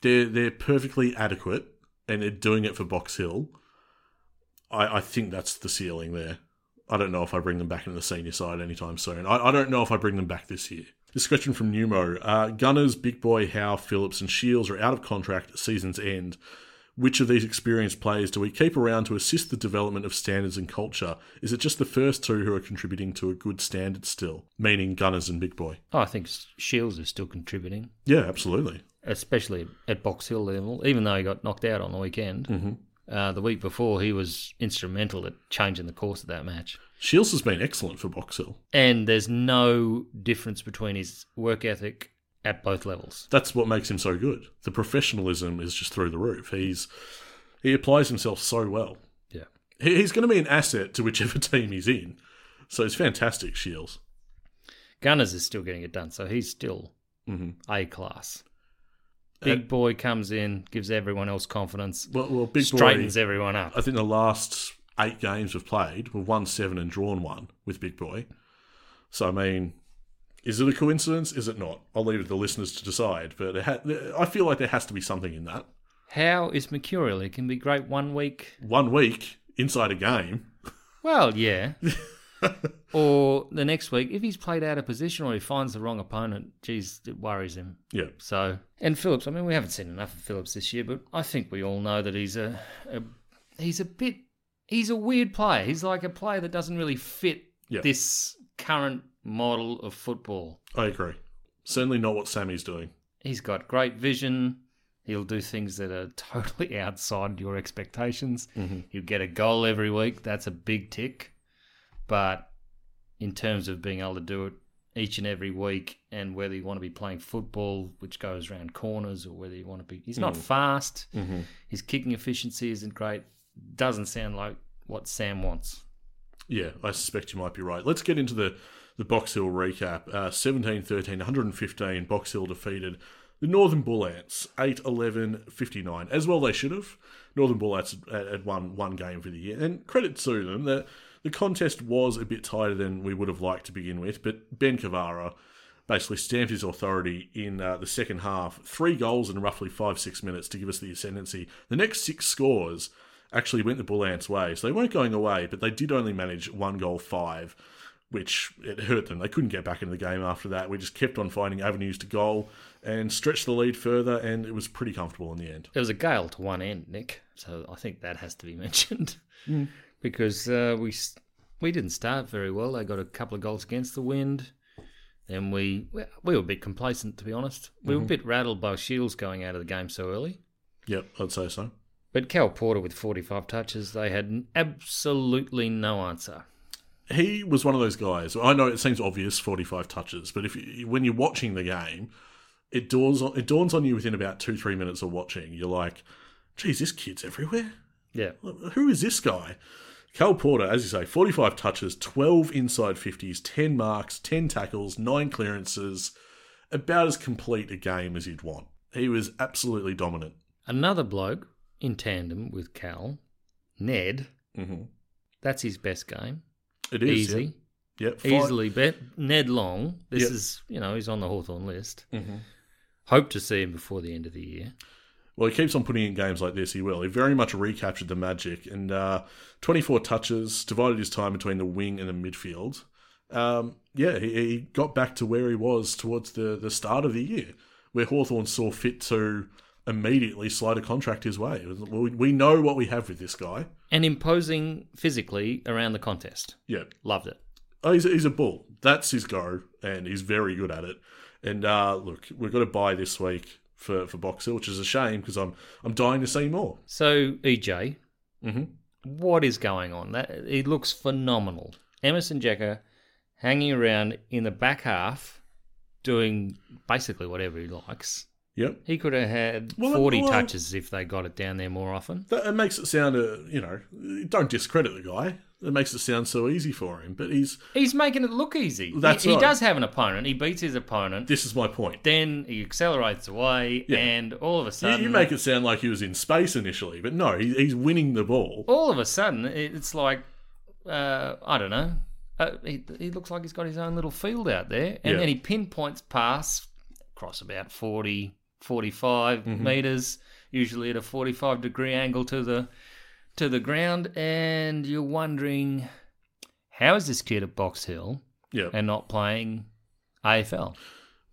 Speaker 2: They're they're perfectly adequate, and they're doing it for Box Hill. I, I think that's the ceiling there. I don't know if I bring them back into the senior side anytime soon. I, I don't know if I bring them back this year. This question from Numo: uh, Gunners, Big Boy, Howe, Phillips, and Shields are out of contract at season's end. Which of these experienced players do we keep around to assist the development of standards and culture? Is it just the first two who are contributing to a good standard still, meaning Gunners and Big Boy?
Speaker 3: Oh, I think Shields is still contributing,
Speaker 2: Yeah, absolutely.
Speaker 3: especially at Box Hill level. Even though he got knocked out on the weekend,
Speaker 2: Mm-hmm.
Speaker 3: uh, the week before he was instrumental at changing the course of that match.
Speaker 2: Shields has been excellent for Box Hill.
Speaker 3: And there's no difference between his work ethic at both levels.
Speaker 2: That's what makes him so good. The professionalism is just through the roof. He's he applies himself so well.
Speaker 3: Yeah.
Speaker 2: He- He's going to be an asset to whichever team he's in. So it's fantastic, Shields.
Speaker 3: Gunners is still getting it done, so he's still
Speaker 2: Mm-hmm.
Speaker 3: A class. Big boy comes in, gives everyone else confidence,
Speaker 2: Well, well Uh, Big Boy.
Speaker 3: straightens everyone up.
Speaker 2: I think the last eight games we've played, we've won seven and drawn one with Big Boy. So, I mean, is it a coincidence? Is it not? I'll leave it to the listeners to decide. But it ha- I feel like there has to be something in that.
Speaker 3: How is mercurial? It can be great one week,
Speaker 2: One week inside a game.
Speaker 3: Well, yeah. or the next week, if he's played out of position or he finds the wrong opponent, geez, it worries him.
Speaker 2: Yeah.
Speaker 3: So, and Phillips, I mean, we haven't seen enough of Phillips this year, but I think we all know that he's a, a he's a bit, he's a weird player. He's like a player that doesn't really fit
Speaker 2: Yeah.
Speaker 3: this current model of football.
Speaker 2: I agree. Certainly not what Sammy's doing.
Speaker 3: He's got great vision. He'll do things that are totally outside your expectations. He'll get a goal every week. That's a big tick. But in terms of being able to do it each and every week and whether you want to be playing football, which goes around corners, or whether you want to be. He's not fast. His kicking efficiency isn't great. Doesn't sound like what Sam wants.
Speaker 2: Yeah, I suspect you might be right. Let's get into the, the Box Hill recap. Uh, 17 13, 115, Box Hill defeated the Northern Bull Ants 8 11, 59. As well, they should have. Northern Bull Ants had, had won one game for the year. And credit to them, the, the contest was a bit tighter than we would have liked to begin with, but Ben Cavara basically stamped his authority in uh, the second half. Three goals in roughly five, six minutes to give us the ascendancy. The next six scores actually went the Bull Ants' way. So they weren't going away, but they did only manage one goal five, which it hurt them. They couldn't get back into the game after that. We just kept on finding avenues to goal and stretched the lead further, and it was pretty comfortable in the end.
Speaker 3: There was a gale to one end, Nick. So I think that has to be mentioned because uh, we s- we didn't start very well. They got a couple of goals against the wind. Then we we- we were a bit complacent, to be honest. We were a bit rattled by Shields going out of the game so early.
Speaker 2: Yep, I'd say so.
Speaker 3: But Cal Porter with 45 touches, they had n- absolutely no answer.
Speaker 2: He was one of those guys. I know it seems obvious, forty-five touches, but if you, when you're watching the game, it dawns on, it dawns on you within about two three minutes of watching. You're like, geez, this kid's everywhere.
Speaker 3: Yeah.
Speaker 2: Who is this guy? Cal Porter, as you say, 45 touches, 12 inside 50s, 10 marks, 10 tackles, 9 clearances. About as complete a game as you'd want. He was absolutely dominant.
Speaker 3: Another bloke in tandem with Cal, Ned.
Speaker 2: Mm-hmm.
Speaker 3: That's his best game.
Speaker 2: It is.
Speaker 3: Easy.
Speaker 2: Yeah. Yep,
Speaker 3: Easily bet. Ned Long. This
Speaker 2: Yep.
Speaker 3: is, you know, he's on the Hawthorn list.
Speaker 2: Mhm.
Speaker 3: Hope to see him before the end of the year.
Speaker 2: Well, he keeps on putting in games like this. He will. He very much recaptured the magic and uh, 24 touches, divided his time between the wing and the midfield. Um, yeah, he, he got back to where he was towards the, the start of the year, where Hawthorn saw fit to immediately slide a contract his way. It was, well, we- we know what we have with this guy.
Speaker 3: And imposing physically around the contest.
Speaker 2: Yeah,
Speaker 3: Loved it.
Speaker 2: Oh, he's, he's a bull. That's his go, and he's very good at it. And uh, look, we've got to buy this week for, for Box Hill, which is a shame because I'm I'm dying to see more.
Speaker 3: So, EJ,
Speaker 2: Mm-hmm.
Speaker 3: what is going on? That he looks phenomenal. Emerson Jacker hanging around in the back half, doing basically whatever he likes.
Speaker 2: Yep.
Speaker 3: He could have had
Speaker 2: Well,
Speaker 3: forty
Speaker 2: well-
Speaker 3: touches if they got it down there more often.
Speaker 2: That, it makes it sound, uh, you know, don't discredit the guy. It makes it sound so easy for him. But he's
Speaker 3: He's making it look easy.
Speaker 2: That's
Speaker 3: he, he
Speaker 2: right.
Speaker 3: does have an opponent. He beats his opponent.
Speaker 2: this is my point.
Speaker 3: Then he accelerates away,
Speaker 2: Yeah.
Speaker 3: and all of a
Speaker 2: You,
Speaker 3: sudden,
Speaker 2: you make it sound like he was in space initially, but no, he, he's winning the ball.
Speaker 3: all of a sudden, it- it's like uh, I don't know. Uh, he, he looks like he's got his own little field out there, and
Speaker 2: Yeah.
Speaker 3: then he pinpoints pass across about 40, 45
Speaker 2: Mm-hmm.
Speaker 3: meters, usually at a forty-five degree angle to the to the ground, and you're wondering how is this kid at Box Hill
Speaker 2: Yeah.
Speaker 3: and not playing AFL?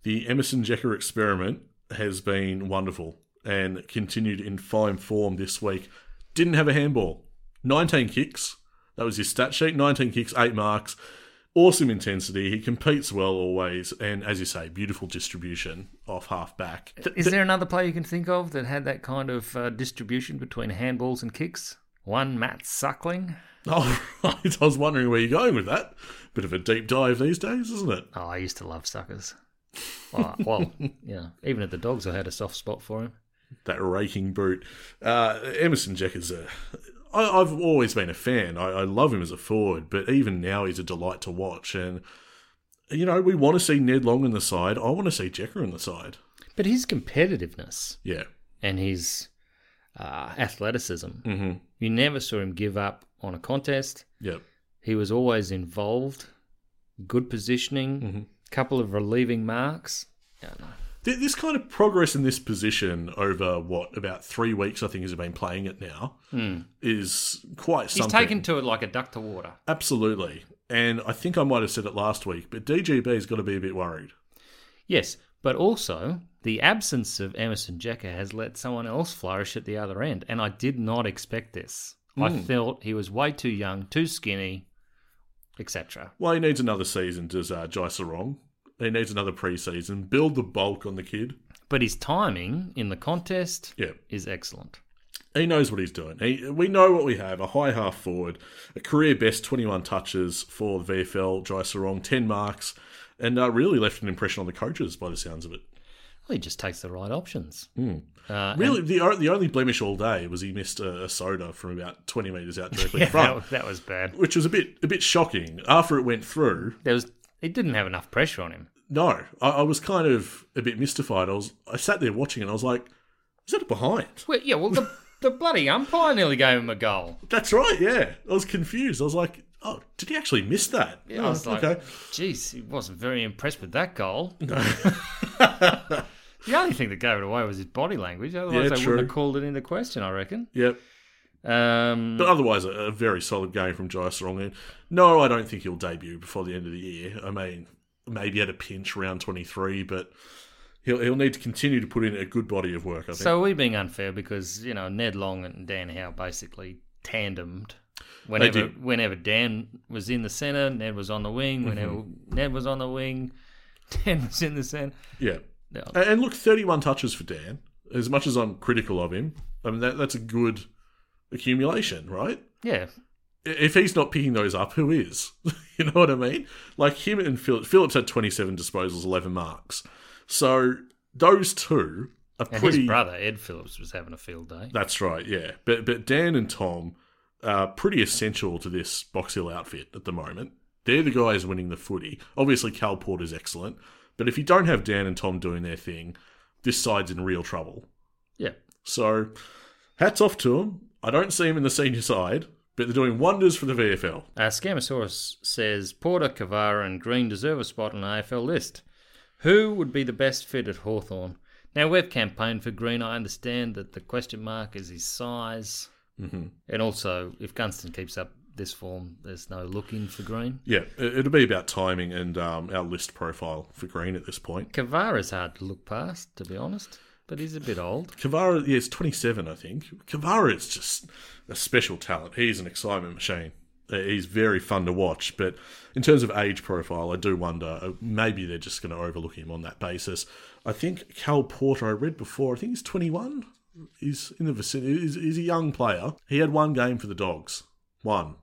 Speaker 2: The Emerson Jecker experiment has been wonderful and continued in fine form this week. Didn't have a handball, 19 kicks. That was his stat sheet 19 kicks, 8 marks. Awesome intensity. He competes well always. And as you say, beautiful distribution off half back. Th-
Speaker 3: Is there another player you can think of that had that kind of uh, distribution between handballs and kicks? One Matt Suckling.
Speaker 2: Oh, right. I was wondering where you're going with that. Bit of a deep dive these days, isn't it?
Speaker 3: Oh, I used to love suckers. Well, well yeah, even at the dogs, I had a soft spot for him.
Speaker 2: that raking boot. Uh, Emerson Jack is a. I, I've always been a fan. I, I love him as a forward, but even now he's a delight to watch. And you know, we want to see Ned Long in the side. I want to see Jecker in the side.
Speaker 3: But his competitiveness
Speaker 2: Yeah,
Speaker 3: and his uh, athleticism,
Speaker 2: mm-hmm.
Speaker 3: you never saw him give up on a contest.
Speaker 2: yep,
Speaker 3: He was always involved, good positioning, couple of relieving marks. Yeah, no.
Speaker 2: Th- this kind of progress in this position over what about three weeks? I think has been playing it now is quite
Speaker 3: Hmm. He's
Speaker 2: something.
Speaker 3: taken to it like a duck to water.
Speaker 2: absolutely, and I think I might have said it last week, but DGB's got to be a bit worried.
Speaker 3: Yes, but also the absence of Emerson Jacker has let someone else flourish at the other end, and I did not expect this. I felt he was way too young, too skinny, etc.
Speaker 2: Well, he needs another season, does uh, Jai Sarong. He needs another preseason. Build the bulk on the kid.
Speaker 3: But his timing in the contest
Speaker 2: Yeah,
Speaker 3: is excellent.
Speaker 2: he knows what he's doing. He, we know what we have a high half forward, a career best 21 touches for the VFL, Jai Sarong, 10 marks, and uh, really left an impression on the coaches by the sounds of it.
Speaker 3: Well, he just takes the right options. Uh,
Speaker 2: Really, the, o- the only blemish all day was he missed a, a soda from about 20 metres out directly in
Speaker 3: and- that,
Speaker 2: front,
Speaker 3: was- that was bad.
Speaker 2: which was a bit, a bit shocking. After it went through,
Speaker 3: There was he didn't have enough pressure on him.
Speaker 2: No, I, I was kind of a bit mystified. I was I sat there watching and I was like, "Is that a behind?"
Speaker 3: Well, yeah, well the the bloody umpire nearly gave him a goal.
Speaker 2: That's right. Yeah, I was confused. I was like, "Oh, did he actually miss that?"
Speaker 3: Yeah, I
Speaker 2: Oh,
Speaker 3: was like,
Speaker 2: okay.
Speaker 3: geez, he wasn't very impressed with that goal. the only thing that gave it away was his body language. Otherwise,
Speaker 2: Yeah,
Speaker 3: they
Speaker 2: true.
Speaker 3: wouldn't have called it into question, I reckon.
Speaker 2: Yep.
Speaker 3: Um,
Speaker 2: But otherwise, a, a very solid game from Jai Sarong. And no, I don't think he'll debut before the end of the year. I mean, maybe at a pinch round twenty three, but he'll he'll need to continue to put in a good body of work. I think.
Speaker 3: so are we being unfair because, you know, Ned Long and Dan Howe basically tandemed. Whenever,
Speaker 2: did.
Speaker 3: whenever Dan was in the centre, Ned was on the wing. Whenever
Speaker 2: Mm-hmm.
Speaker 3: Ned was on the wing, Dan was in the centre.
Speaker 2: yeah.
Speaker 3: No.
Speaker 2: A- And look, thirty one touches for Dan. As much as I'm critical of him, I mean that, that's a good accumulation, right?
Speaker 3: Yeah,
Speaker 2: if he's not picking those up, who is? you know what I mean? Like him and Phillips. Phillips had 27 disposals, 11 marks. So those two are
Speaker 3: And
Speaker 2: pretty.
Speaker 3: his brother Ed Phillips was having a field day.
Speaker 2: That's right, yeah. But but Dan and Tom are pretty essential to this Box Hill outfit at the moment. They're the guys winning the footy. Obviously, Cal Porter's excellent, but if you don't have Dan and Tom doing their thing, this side's in real trouble.
Speaker 3: Yeah,
Speaker 2: So, hats off to them. I don't see them in the senior side, but they're doing wonders for the VFL.
Speaker 3: Uh, Scamosaurus says Porter, Kavara, and Green deserve a spot on the AFL list. Who would be the best fit at Hawthorn? Now, we've campaigned for Green. I understand that the question mark is his size. Mm-hmm. And also, if Gunston keeps up this form, there's no looking for Green.
Speaker 2: Yeah, it- it'll be about timing and um, our list profile for Green at this point.
Speaker 3: Kavara's hard to look past, to be honest, but he's a bit old.
Speaker 2: Kavara, yeah, it's 27, I think. Kavara is just a special talent. He's an excitement machine. Uh, He's very fun to watch, but in terms of age profile, I do wonder uh, maybe they're just going to overlook him on that basis. I think Cal Porter, I read before, I think he's 21. He's in the vicinity. He's, he's a young player. He had one game for the Dogs, one,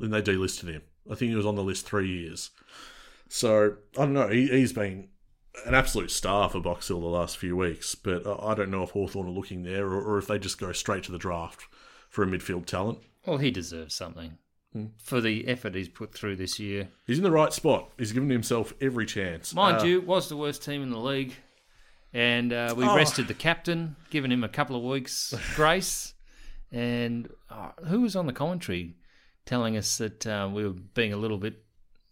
Speaker 2: and they delisted him. I think he was on the list three years. So I don't know. He, he's been an absolute star for Box Hill the last few weeks, but I I don't know if Hawthorn are looking there or, or if they just go straight to the draft for a midfield talent.
Speaker 3: Well, he deserves something for the effort he's put through this year.
Speaker 2: He's in the right spot. He's given himself every chance.
Speaker 3: Mind
Speaker 2: Uh,
Speaker 3: you, was the worst team in the league, and uh, we
Speaker 2: Oh.
Speaker 3: rested the captain, giving him a couple of weeks grace. And uh, who was on the commentary telling us that uh, we were being a little bit,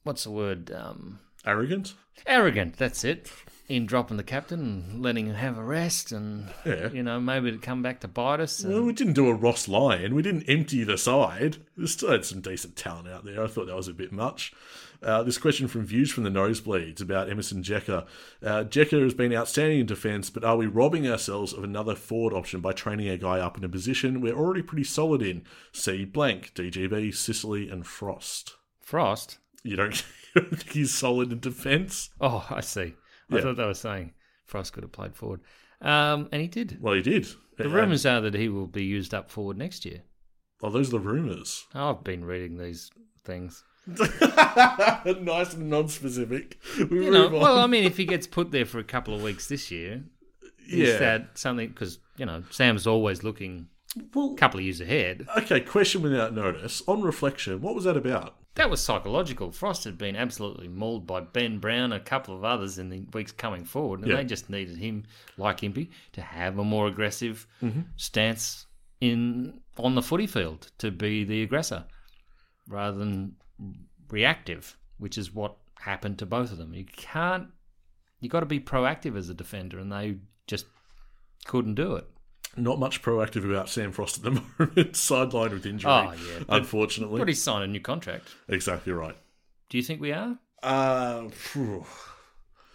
Speaker 3: what's the word, um,
Speaker 2: arrogant.
Speaker 3: arrogant? That's it. In dropping the captain and letting him have a rest, and
Speaker 2: Yeah.
Speaker 3: you know maybe to come back to bite us. And
Speaker 2: Well, we didn't do a Ross Lyon. We didn't empty the side. We still had some decent talent out there. I thought that was a bit much. Uh, this question from Views from the Nosebleeds about Emerson Jekka. Uh, Jekka has been outstanding in defence, but are we robbing ourselves of another forward option by training a guy up in a position we're already pretty solid in? See blank, DGB, Sicily, and Frost.
Speaker 3: Frost.
Speaker 2: You don't, you don't think he's solid in defence?
Speaker 3: Oh, I see. I
Speaker 2: Yeah.
Speaker 3: thought they were saying Frost could have played forward, um, and he did.
Speaker 2: Well, he did.
Speaker 3: The
Speaker 2: And-
Speaker 3: rumours are that he will be used up forward next year.
Speaker 2: Oh, those are the rumours.
Speaker 3: I've been reading these things.
Speaker 2: nice and non-specific. We
Speaker 3: You know,
Speaker 2: move on.
Speaker 3: well, I mean, if he gets put there for a couple of weeks this year, is that something? Because you know, Sam's always looking
Speaker 2: Well,
Speaker 3: a couple of years ahead.
Speaker 2: Okay, question without notice. On reflection, what was that about?
Speaker 3: That was psychological. Frost had been absolutely mauled by Ben Brown and a couple of others in the weeks coming forward, and
Speaker 2: Yeah.
Speaker 3: they just needed him, like Impey, to have a more aggressive stance in on the footy field to be the aggressor rather than reactive, which is what happened to both of them. You can't. You got to be proactive as a defender, and they just couldn't do it.
Speaker 2: Not much proactive about Sam Frost at the moment. Sidelined with injury,
Speaker 3: Oh, yeah, but-
Speaker 2: unfortunately.
Speaker 3: But he's signed a new contract.
Speaker 2: Exactly right.
Speaker 3: Do you think we are?
Speaker 2: Uh, phew.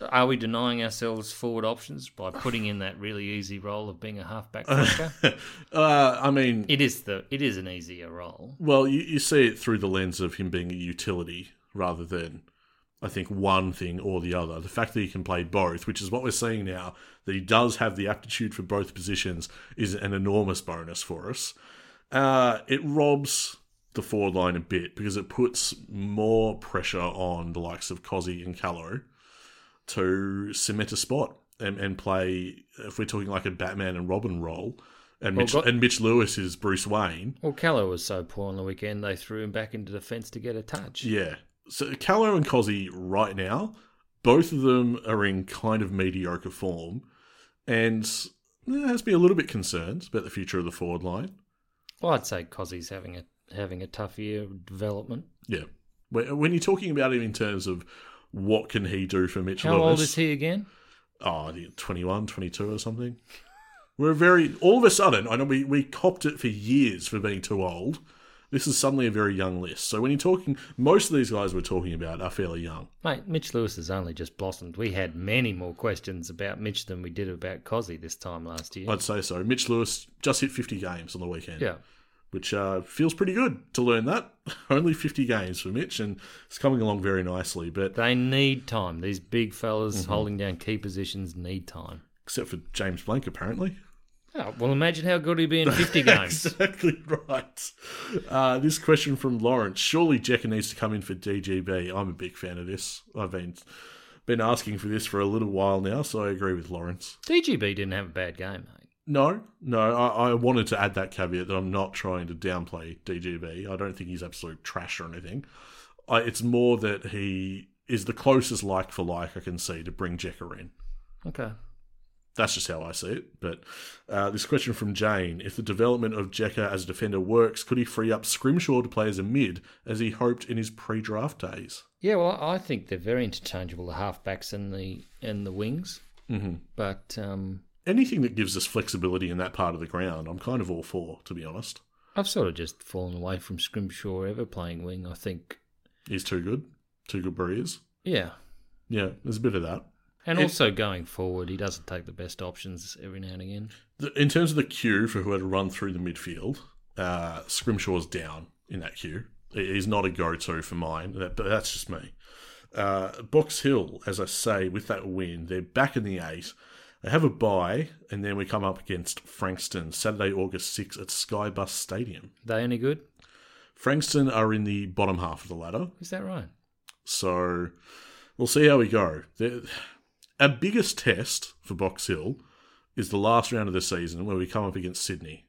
Speaker 3: Are we denying ourselves forward options by putting in that really easy role of being a halfback flanker?
Speaker 2: uh, I mean,
Speaker 3: it is the it is an easier role.
Speaker 2: well, you, you see it through the lens of him being a utility rather than, I think, one thing or the other. The fact that he can play both, which is what we're seeing now, that he does have the aptitude for both positions, is an enormous bonus for us. uh, it robs the forward line a bit because it puts more pressure on the likes of Cozzy and Callow to cement a spot and, and play, if we're talking like a Batman and Robin role, and, Mitch,
Speaker 3: got-
Speaker 2: and Mitch Lewis is Bruce Wayne.
Speaker 3: Well, Keller was so poor on the weekend they threw him back into defence to get a touch.
Speaker 2: Yeah. So Callow and Cozzy right now, both of them are in kind of mediocre form and there has to be a little bit concerned about the future of the forward line.
Speaker 3: Well, I'd say Cozzy's having a having a tough year of development.
Speaker 2: Yeah. When when you're talking about him in terms of what can he do for Mitch
Speaker 3: How
Speaker 2: Lewis?
Speaker 3: old is he again?
Speaker 2: Oh, I think 21, 22 or something. We're very, all of a sudden, I know we, we copped it for years for being too old. This is suddenly a very young list. So when you're talking, most of these guys we're talking about are fairly young.
Speaker 3: Mate, Mitch Lewis has only just blossomed. We had many more questions about Mitch than we did about Cozzy this time last year.
Speaker 2: I'd say so. Mitch Lewis just hit 50 games on the weekend.
Speaker 3: yeah.
Speaker 2: which uh, feels pretty good to learn that. Only 50 games for Mitch, and it's coming along very nicely. But
Speaker 3: They need time. These big fellas
Speaker 2: Mm-hmm.
Speaker 3: holding down key positions need time.
Speaker 2: except for James Blank, apparently.
Speaker 3: Oh, well, imagine how good he'd be in 50 games.
Speaker 2: Exactly right. Uh, this question from Lawrence: Surely Jekka needs to come in for DGB. I'm a big fan of this. I've been been asking for this for a little while now, so I agree with Lawrence.
Speaker 3: DGB didn't have a bad game, mate.
Speaker 2: No, no, I, I wanted to add that caveat that I'm not trying to downplay DGB. I don't think he's absolute trash or anything. I, it's more that he is the closest like for like I can see to bring Jekker in.
Speaker 3: Okay.
Speaker 2: That's just how I see it. But uh, this question from Jane If the development of Jekker as a defender works, could he free up Scrimshaw to play as a mid, as he hoped in his pre draft days?
Speaker 3: Yeah, well, I think they're very interchangeable, the halfbacks and the and the wings.
Speaker 2: Mm-hmm.
Speaker 3: But um,
Speaker 2: Anything that gives us flexibility in that part of the ground, I'm kind of all for, to be honest.
Speaker 3: I've sort of just fallen away from Scrimshaw ever playing wing. I think,
Speaker 2: He's too good. Too good where he is.
Speaker 3: yeah,
Speaker 2: Yeah, there's a bit of that.
Speaker 3: and
Speaker 2: It-
Speaker 3: also going forward, he doesn't take the best options every now and again.
Speaker 2: The- In terms of the queue for who had to run through the midfield, uh, Scrimshaw's down in that queue. He- He's not a go-to for mine, that, but that's just me. Uh, Box Hill, as I say, with that win, they're back in the eight. They have a bye, and then we come up against Frankston Saturday, August 6th at Skybus Stadium.
Speaker 3: They any good?
Speaker 2: Frankston are in the bottom half of the ladder,
Speaker 3: Is that right?
Speaker 2: so we'll see how we go. They're- our biggest test for Box Hill is the last round of the season where we come up against Sydney,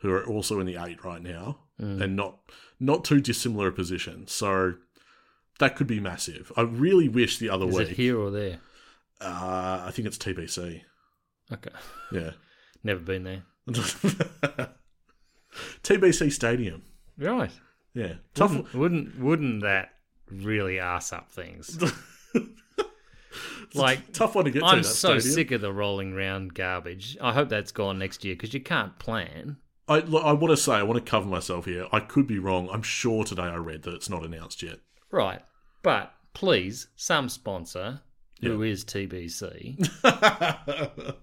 Speaker 2: who are also in the eight right now
Speaker 3: Mm.
Speaker 2: and not not too dissimilar a position. So that could be massive. I really wish the other
Speaker 3: Is
Speaker 2: week.
Speaker 3: it here or there?
Speaker 2: Uh, I think it's TBC.
Speaker 3: Okay,
Speaker 2: Yeah.
Speaker 3: never been there.
Speaker 2: TBC Stadium.
Speaker 3: Right.
Speaker 2: Yeah. Tough.
Speaker 3: Wouldn't wouldn't, wouldn't that really arse up things? like
Speaker 2: Tough one to get to.
Speaker 3: I'm
Speaker 2: that
Speaker 3: so
Speaker 2: stadium.
Speaker 3: sick of the rolling round garbage. I hope that's gone next year because you can't plan.
Speaker 2: I, look, I want to say, I want to cover myself here. I could be wrong. I'm sure today I read that it's not announced yet.
Speaker 3: Right. But please, some sponsor who is TBC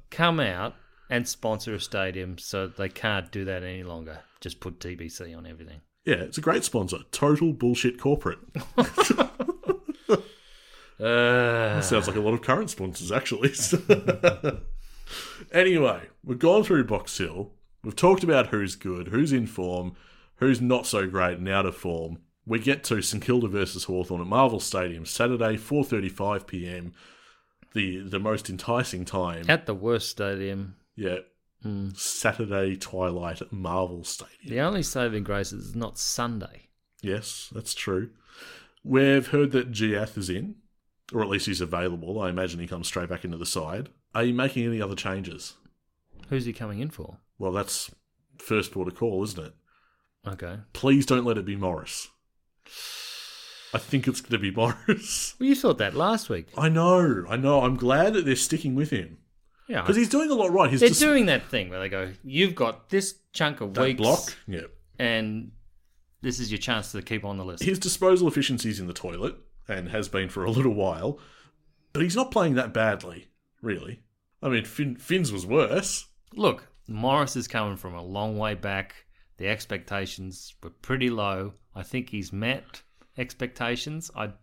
Speaker 3: come out and sponsor a stadium so that they can't do that any longer. Just put TBC on everything.
Speaker 2: Yeah, it's a great sponsor. Total Bullshit Corporate.
Speaker 3: Uh,
Speaker 2: Sounds like a lot of current sponsors, actually. anyway, we've gone through Box Hill. We've talked about who's good, who's in form, who's not so great and out of form. We get to St Kilda versus Hawthorn at Marvel Stadium Saturday, 4:35 p.m. The the most enticing time.
Speaker 3: at the worst stadium,
Speaker 2: Yeah. Saturday twilight at Marvel Stadium.
Speaker 3: the only saving grace is it's not Sunday.
Speaker 2: Yes, that's true. We've heard that Giath is in, or at least he's available. I imagine he comes straight back into the side. Are you making any other changes?
Speaker 3: Who's he coming in for?
Speaker 2: Well, that's first port of call, isn't it?
Speaker 3: Okay.
Speaker 2: Please don't let it be Morris. I think it's going to be Morris.
Speaker 3: Well, you thought that last week.
Speaker 2: I know, I know. I'm glad that they're sticking with him
Speaker 3: Yeah.
Speaker 2: because he's doing a lot right. He's
Speaker 3: They're
Speaker 2: just
Speaker 3: doing that thing where they go, you've got this chunk of
Speaker 2: that
Speaker 3: weeks
Speaker 2: block. Yeah,
Speaker 3: and this is your chance to keep on the list.
Speaker 2: his disposal efficiency's in the toilet and has been for a little while, but he's not playing that badly, really. I mean, fin- Finn's was worse.
Speaker 3: Look, Morris is coming from a long way back. The expectations were pretty low. I think he's met expectations. I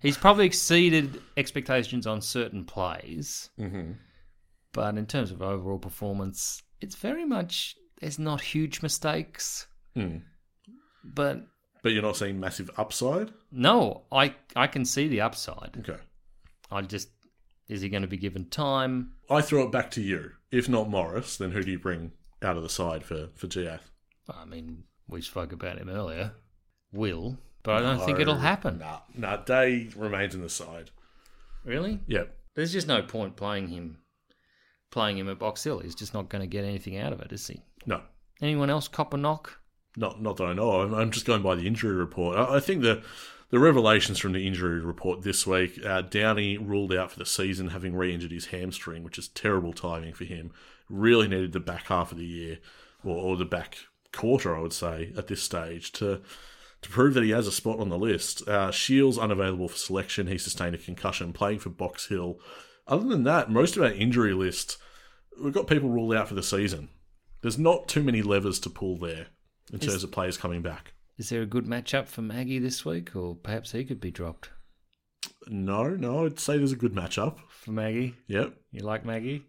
Speaker 3: he's probably exceeded expectations on certain plays,
Speaker 2: Mm-hmm.
Speaker 3: but in terms of overall performance, it's very much there's not huge mistakes, but
Speaker 2: But you're not seeing massive upside?
Speaker 3: no, I I can see the upside.
Speaker 2: Okay.
Speaker 3: I just is he going to be given time?
Speaker 2: I throw it back to you. If not Morris, then who do you bring out of the side for, for Giath?
Speaker 3: I mean, we spoke about him earlier. Will, but I don't think it'll happen.
Speaker 2: Oh, Nah, nah, Day remains in the side.
Speaker 3: Really?
Speaker 2: Yep.
Speaker 3: There's just no point playing him, playing him at Box Hill. He's just not going to get anything out of it, is he?
Speaker 2: No,
Speaker 3: Anyone else cop a knock?
Speaker 2: not not that I know of. I'm just going by the injury report. I, I think the the revelations from the injury report this week, uh, Downey ruled out for the season having re-injured his hamstring, which is terrible timing for him. Really needed the back half of the year, or, or the back quarter, I would say, at this stage to to prove that he has a spot on the list. Uh, Shields unavailable for selection. He sustained a concussion playing for Box Hill. Other than that, most of our injury list, we've got people ruled out for the season. There's not too many levers to pull there in terms of players coming back.
Speaker 3: Is there a good matchup for Maggie this week, or perhaps he could be dropped
Speaker 2: No, no, I'd say there's a good matchup.
Speaker 3: for Maggie?
Speaker 2: Yep.
Speaker 3: You like Maggie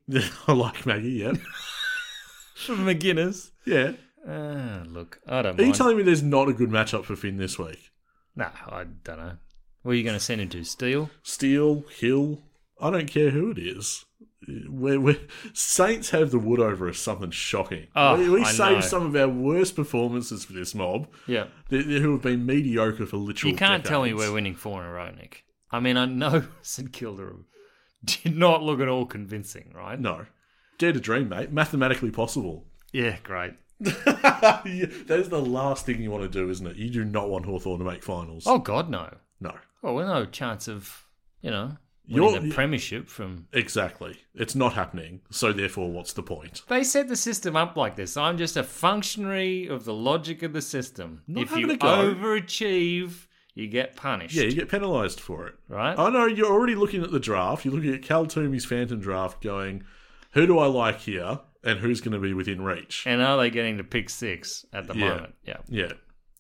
Speaker 2: I like Maggie, yep.
Speaker 3: for McGuinness?
Speaker 2: yeah.
Speaker 3: Ah, look, I don't
Speaker 2: Are you
Speaker 3: mind.
Speaker 2: telling me there's not a good matchup for Finn this week?
Speaker 3: no, I don't know. Where are you going to send him to? Steel?
Speaker 2: Steel, Hill, I don't care who it is. We're, we're, Saints have the wood over us, something shocking.
Speaker 3: Oh,
Speaker 2: we we
Speaker 3: I
Speaker 2: saved
Speaker 3: know.
Speaker 2: some of our worst performances for this mob,
Speaker 3: Yeah.
Speaker 2: th- th- who have been mediocre for literal
Speaker 3: You can't tell me
Speaker 2: decades.
Speaker 3: we're winning four in a row, Nick. I mean, I know St Kilda did not look at all convincing, right?
Speaker 2: No. Dare to dream, mate. Mathematically possible.
Speaker 3: Yeah, great.
Speaker 2: Yeah, that is the last thing you want to do, isn't it? You do not want Hawthorn to make finals.
Speaker 3: Oh God, no. Oh,
Speaker 2: No.
Speaker 3: Well, we're no chance of you know winning
Speaker 2: You're-
Speaker 3: the premiership from.
Speaker 2: Exactly. It's not happening, so therefore, what's the point?
Speaker 3: They set the system up like this. I'm just a functionary of the logic of the system.
Speaker 2: Not
Speaker 3: if
Speaker 2: having
Speaker 3: you
Speaker 2: a go.
Speaker 3: overachieve, you get punished.
Speaker 2: Yeah, you get penalised for it.
Speaker 3: Right?
Speaker 2: I know you're already looking at the draft. You're looking at Cal Toomey's Phantom draft going, who do I like here and who's going to be within reach?
Speaker 3: and are they getting to pick six at the
Speaker 2: Yeah.
Speaker 3: moment? Yeah.
Speaker 2: yeah.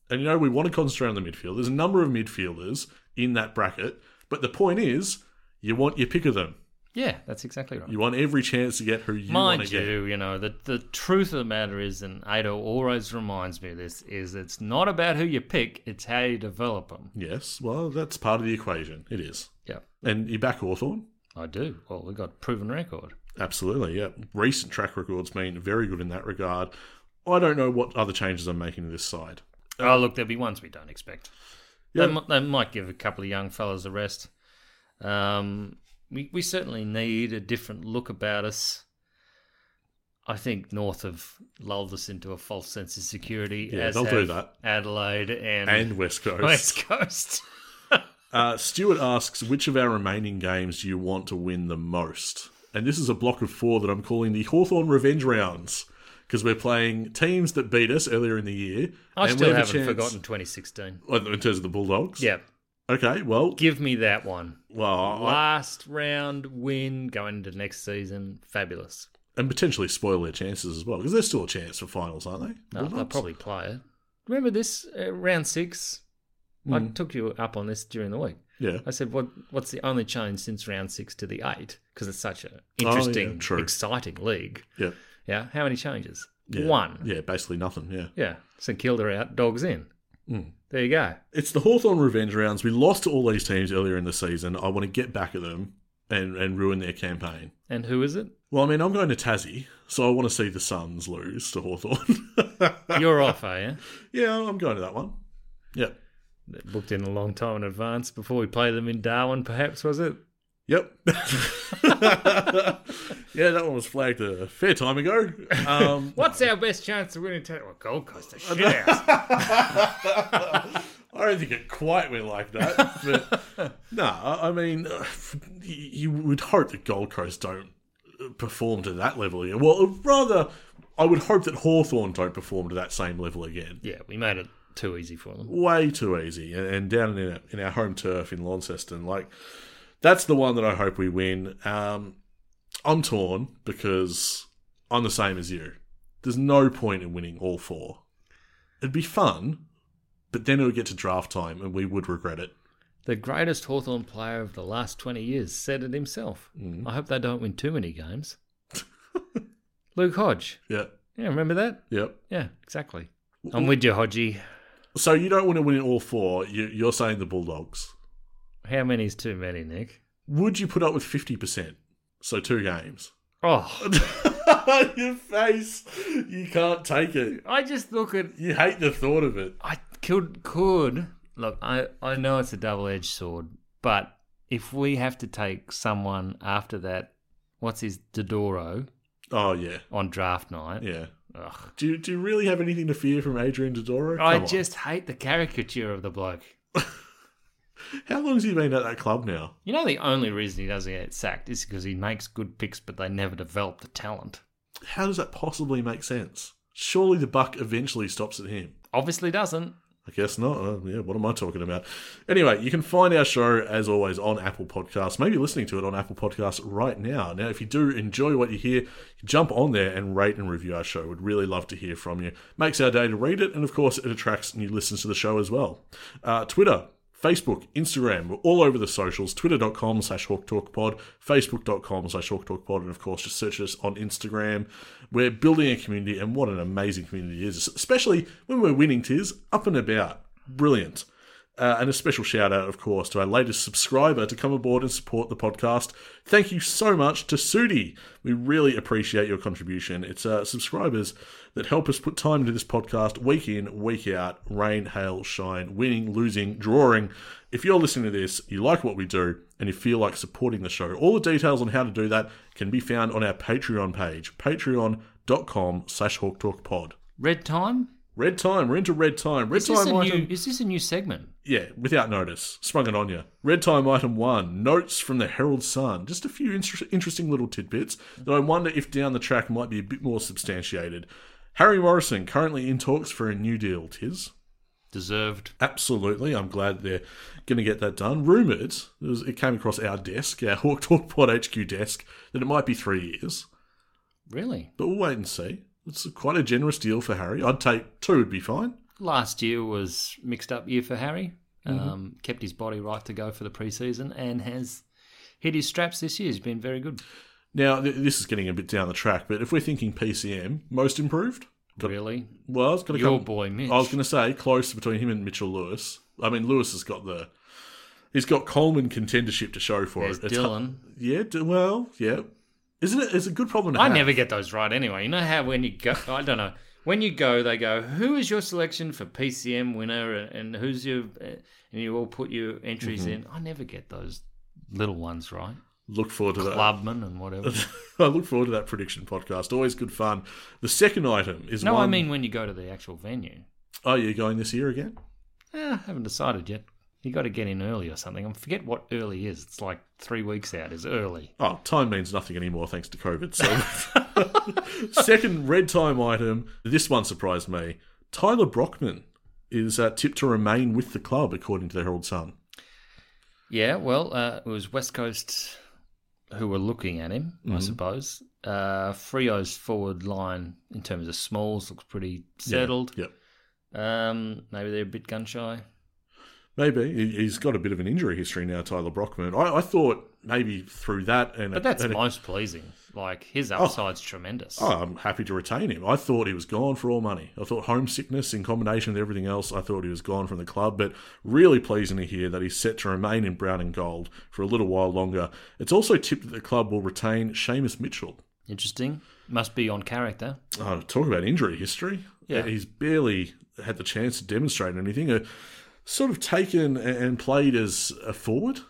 Speaker 2: And you know, we want to concentrate on the midfield. There's a number of midfielders in that bracket, but the point is, you want your pick of them.
Speaker 3: Yeah, that's exactly right.
Speaker 2: You want every chance to get who you want to
Speaker 3: Mind
Speaker 2: get.
Speaker 3: you, you know, the, the truth of the matter is, and Ado always reminds me of this, is it's not about who you pick, it's how you develop them.
Speaker 2: Yes, well, that's part of the equation. It is.
Speaker 3: Yeah,
Speaker 2: And you back Hawthorn.
Speaker 3: I do. Well, we got proven record.
Speaker 2: Absolutely, yeah. Recent track records been very good in that regard. I don't know what other changes I'm making to this side.
Speaker 3: Oh, look, there'll be ones we don't expect.
Speaker 2: Yeah.
Speaker 3: They, mi- they might give a couple of young fellas a rest. Um, we, we certainly need a different look about us. I think North have lulled us into a false sense of security.
Speaker 2: Yeah,
Speaker 3: as
Speaker 2: they'll do
Speaker 3: have
Speaker 2: that.
Speaker 3: Adelaide and,
Speaker 2: And West Coast.
Speaker 3: West Coast.
Speaker 2: Uh, Stuart asks, which of our remaining games do you want to win the most? And this is a block of four that I'm calling the Hawthorn Revenge Rounds because we're playing teams that beat us earlier in the year.
Speaker 3: I
Speaker 2: and we
Speaker 3: still
Speaker 2: have a
Speaker 3: haven't
Speaker 2: chance-
Speaker 3: forgotten 2016.
Speaker 2: Oh, In terms of the Bulldogs?
Speaker 3: Yeah,
Speaker 2: Okay, well,
Speaker 3: give me that one.
Speaker 2: well I-
Speaker 3: Last round win going into next season. Fabulous.
Speaker 2: and potentially spoil their chances as well because there's still a chance for finals, aren't they?
Speaker 3: No, they'll
Speaker 2: Bulldogs?
Speaker 3: probably play it. Remember this uh, round six? I took you up on this during the week.
Speaker 2: Yeah.
Speaker 3: I said, "What? What's the only change since round six to the eight? Because it's such an
Speaker 2: yeah,
Speaker 3: interesting,
Speaker 2: true.
Speaker 3: exciting league.
Speaker 2: Yeah.
Speaker 3: Yeah, how many changes?
Speaker 2: yeah.
Speaker 3: One.
Speaker 2: Yeah, basically nothing, yeah.
Speaker 3: Yeah. St Kilda out, dogs in.
Speaker 2: Mm.
Speaker 3: There you go.
Speaker 2: It's the Hawthorn revenge rounds. We lost to all these teams earlier in the season. I want to get back at them and, and ruin their campaign.
Speaker 3: And who is it?
Speaker 2: Well, I mean, I'm going to Tassie, so I want to see the Suns lose to Hawthorn.
Speaker 3: You're off, are you?
Speaker 2: yeah, I'm going to that one. Yep.
Speaker 3: Booked in a long time in advance before we play them in Darwin, perhaps was it?
Speaker 2: Yep. yeah, that one was flagged a fair time ago. Um,
Speaker 3: What's our best chance of winning? Well, Gold Coast are shit out.
Speaker 2: I don't think it quite went like that. But no, I I mean, you would hope that Gold Coast don't perform to that level again. Well, rather, I would hope that Hawthorn don't perform to that same level again.
Speaker 3: yeah, we made it too easy for them.
Speaker 2: Way too easy. And, and down in our, in our home turf in Launceston, like, that's the one that I hope we win. Um, I'm torn because I'm the same as you. There's no point in winning all four. It'd be fun, but then it would get to draft time and we would regret it.
Speaker 3: The greatest Hawthorn player of the last 20 years said it himself. I hope they don't win too many games. Luke Hodge.
Speaker 2: Yep.
Speaker 3: Yeah, remember that?
Speaker 2: Yep.
Speaker 3: Yeah, exactly. I'm with you, Hodgie.
Speaker 2: So you don't want to win all four. You, you're saying the Bulldogs.
Speaker 3: How many's too many, Nick?
Speaker 2: Would you put up with 50%? So two games.
Speaker 3: Oh,
Speaker 2: Your face. You can't take it.
Speaker 3: I just look at.
Speaker 2: You hate the thought of it.
Speaker 3: I could. could look, I, I know it's a double edged sword, but if we have to take someone after that, what's his Dodoro
Speaker 2: Oh, yeah.
Speaker 3: on draft night?
Speaker 2: Yeah.
Speaker 3: Ugh.
Speaker 2: Do you, do you really have anything to fear from Adrian Dodoro? Come
Speaker 3: I
Speaker 2: on.
Speaker 3: just hate the caricature of the bloke.
Speaker 2: How long's he been at that club now?
Speaker 3: You know, the only reason he doesn't get sacked is because he makes good picks, but they never develop the talent.
Speaker 2: How does that possibly make sense? Surely the buck eventually stops at him.
Speaker 3: Obviously, doesn't.
Speaker 2: I guess not. Uh, yeah, what am I talking about? Anyway, you can find our show as always on Apple Podcasts. Maybe listening to it on Apple Podcasts right now. Now, if you do enjoy what you hear, jump on there and rate and review our show. We'd really love to hear from you. Makes our day to read it, and of course, it attracts new listeners to the show as well. Uh, Twitter. Facebook, Instagram, we're all over the socials, twitter.com slash hawk talk pod, facebook.com slash hawk talk pod, and of course just search us on Instagram. We're building a community and what an amazing community it is, especially when we're winning tis up and about. Brilliant. Uh, and a special shout out, of course, to our latest subscriber to come aboard and support the podcast. Thank you so much to Sudi. We really appreciate your contribution. It's uh, subscribers that help us put time into this podcast week in, week out, rain, hail, shine, winning, losing, drawing. If you're listening to this, you like what we do, and you feel like supporting the show, all the details on how to do that can be found on our Patreon page, patreon.com slash hawktalkpod.
Speaker 3: Red time.
Speaker 2: Red time, we're into red time. Red
Speaker 3: Is
Speaker 2: time
Speaker 3: this, a
Speaker 2: item-
Speaker 3: new, is this a new segment?
Speaker 2: yeah, without notice, sprung it on you. Red time item one: notes from the Herald Sun. Just a few inter- interesting little tidbits that I wonder if down the track might be a bit more substantiated. Harry Morrison currently in talks for a new deal. Tis
Speaker 3: Deserved.
Speaker 2: absolutely. I'm glad they're going to get that done. Rumored, it, was, it came across our desk, our Hawk Talk Pod HQ desk, that it might be three years,
Speaker 3: Really?
Speaker 2: but we'll wait and see. It's quite a generous deal for Harry. I'd take two; would be fine.
Speaker 3: Last year was mixed up year for Harry.
Speaker 2: Mm-hmm.
Speaker 3: Um, kept his body right to go for the preseason and has hit his straps this year. He's been very good.
Speaker 2: Now, th- this is getting a bit down the track, but if we're thinking PCM, most improved.
Speaker 3: Really?
Speaker 2: Well, I was going to
Speaker 3: Your
Speaker 2: come.
Speaker 3: boy, Mitch.
Speaker 2: I was going to say close between him and Mitchell Lewis. I mean, Lewis has got the he's got Coleman contendership to show for
Speaker 3: There's
Speaker 2: it. It's hu-
Speaker 3: Dylan.
Speaker 2: yeah, d- well, yeah. Isn't it? It's a good problem to
Speaker 3: I
Speaker 2: have.
Speaker 3: never get those right anyway. You know how when you go, I don't know. When you go, they go, "Who is your selection for PCM winner?" and who's your uh," and you all put your entries
Speaker 2: Mm-hmm.
Speaker 3: in. I never get those little ones right.
Speaker 2: look forward to that.
Speaker 3: Clubman and whatever.
Speaker 2: I look forward to that prediction podcast. Always good fun. The second item is
Speaker 3: No,
Speaker 2: one-
Speaker 3: I mean when you go to the actual venue.
Speaker 2: oh, you're going this year again?
Speaker 3: Eh, I haven't decided yet. You got to get in early or something. I forget what early is. It's like three weeks out is early.
Speaker 2: Oh, time means nothing anymore thanks to COVID. So, second red time item. This one surprised me. Tyler Brockman is uh, tipped to remain with the club, according to the Herald Sun.
Speaker 3: Yeah, well, uh, it was West Coast who were looking at him, I suppose. Uh, Frio's forward line in terms of smalls looks pretty settled.
Speaker 2: Yep.
Speaker 3: Um, maybe they're a bit gun shy.
Speaker 2: Maybe He- he's got a bit of an injury history now, Tyler Brockman. I, I thought maybe through that, and
Speaker 3: But that's
Speaker 2: and-
Speaker 3: most pleasing. Like his upside's tremendous.
Speaker 2: Oh, I'm happy to retain him. I thought he was gone for all money. I thought homesickness in combination with everything else, I thought he was gone from the club. But really pleasing to hear that he's set to remain in brown and gold for a little while longer. It's also tipped that the club will retain Seamus Mitchell.
Speaker 3: Interesting. Must be on character.
Speaker 2: Oh, talk about injury history.
Speaker 3: Yeah.
Speaker 2: He's barely had the chance to demonstrate anything. Uh, sort of taken and played as a forward,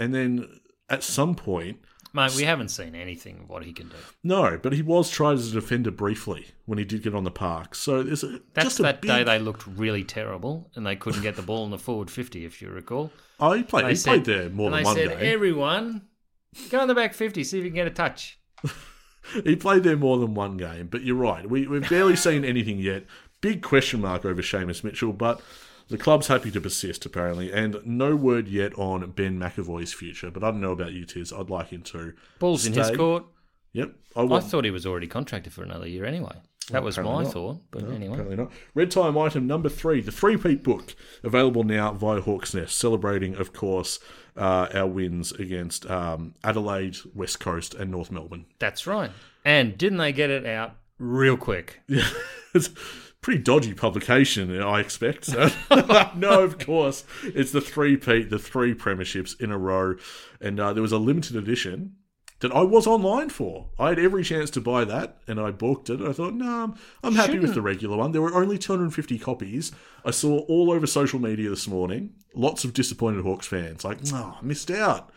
Speaker 2: and then at some point
Speaker 3: Mate, we haven't seen anything of what he can do.
Speaker 2: No, but he was tried as a defender briefly when he did get on the park. So there's a,
Speaker 3: That's
Speaker 2: just a
Speaker 3: that
Speaker 2: big,
Speaker 3: day they looked really terrible and they couldn't get the ball in the forward 50, if you recall.
Speaker 2: Oh, he played.
Speaker 3: They
Speaker 2: He played
Speaker 3: said-
Speaker 2: there more
Speaker 3: and
Speaker 2: than
Speaker 3: they
Speaker 2: one
Speaker 3: said,
Speaker 2: day.
Speaker 3: everyone, go in the back 50, see if you can get a touch.
Speaker 2: he played there more than one game. But you're right. We, we've barely seen anything yet. Big question mark over Seamus Mitchell, but the club's happy to persist apparently, and no word yet on Ben McAvoy's future. But I don't know about you, Tiz. I'd like him to.
Speaker 3: Ball's in his
Speaker 2: stay.
Speaker 3: court.
Speaker 2: Yep, I want.
Speaker 3: I thought he was already contracted for another year anyway. That was
Speaker 2: apparently
Speaker 3: my
Speaker 2: not.
Speaker 3: thought. But anyway,
Speaker 2: Apparently not. Red time item number three, the three peat book, available now via Hawks Nest, celebrating, of course, uh, our wins against um, Adelaide, West Coast, and North Melbourne.
Speaker 3: that's right. And didn't they get it out real quick?
Speaker 2: it's a pretty dodgy publication, I expect. So. no, of course, it's the three peat, the three premierships in a row, and uh, there was a limited edition. That I was online for. I had every chance to buy that, and I balked it. I thought, no, I'm, I'm happy with the regular one. There were only 250 copies. I saw all over social media this morning, lots of disappointed Hawks fans, like, no, I missed out.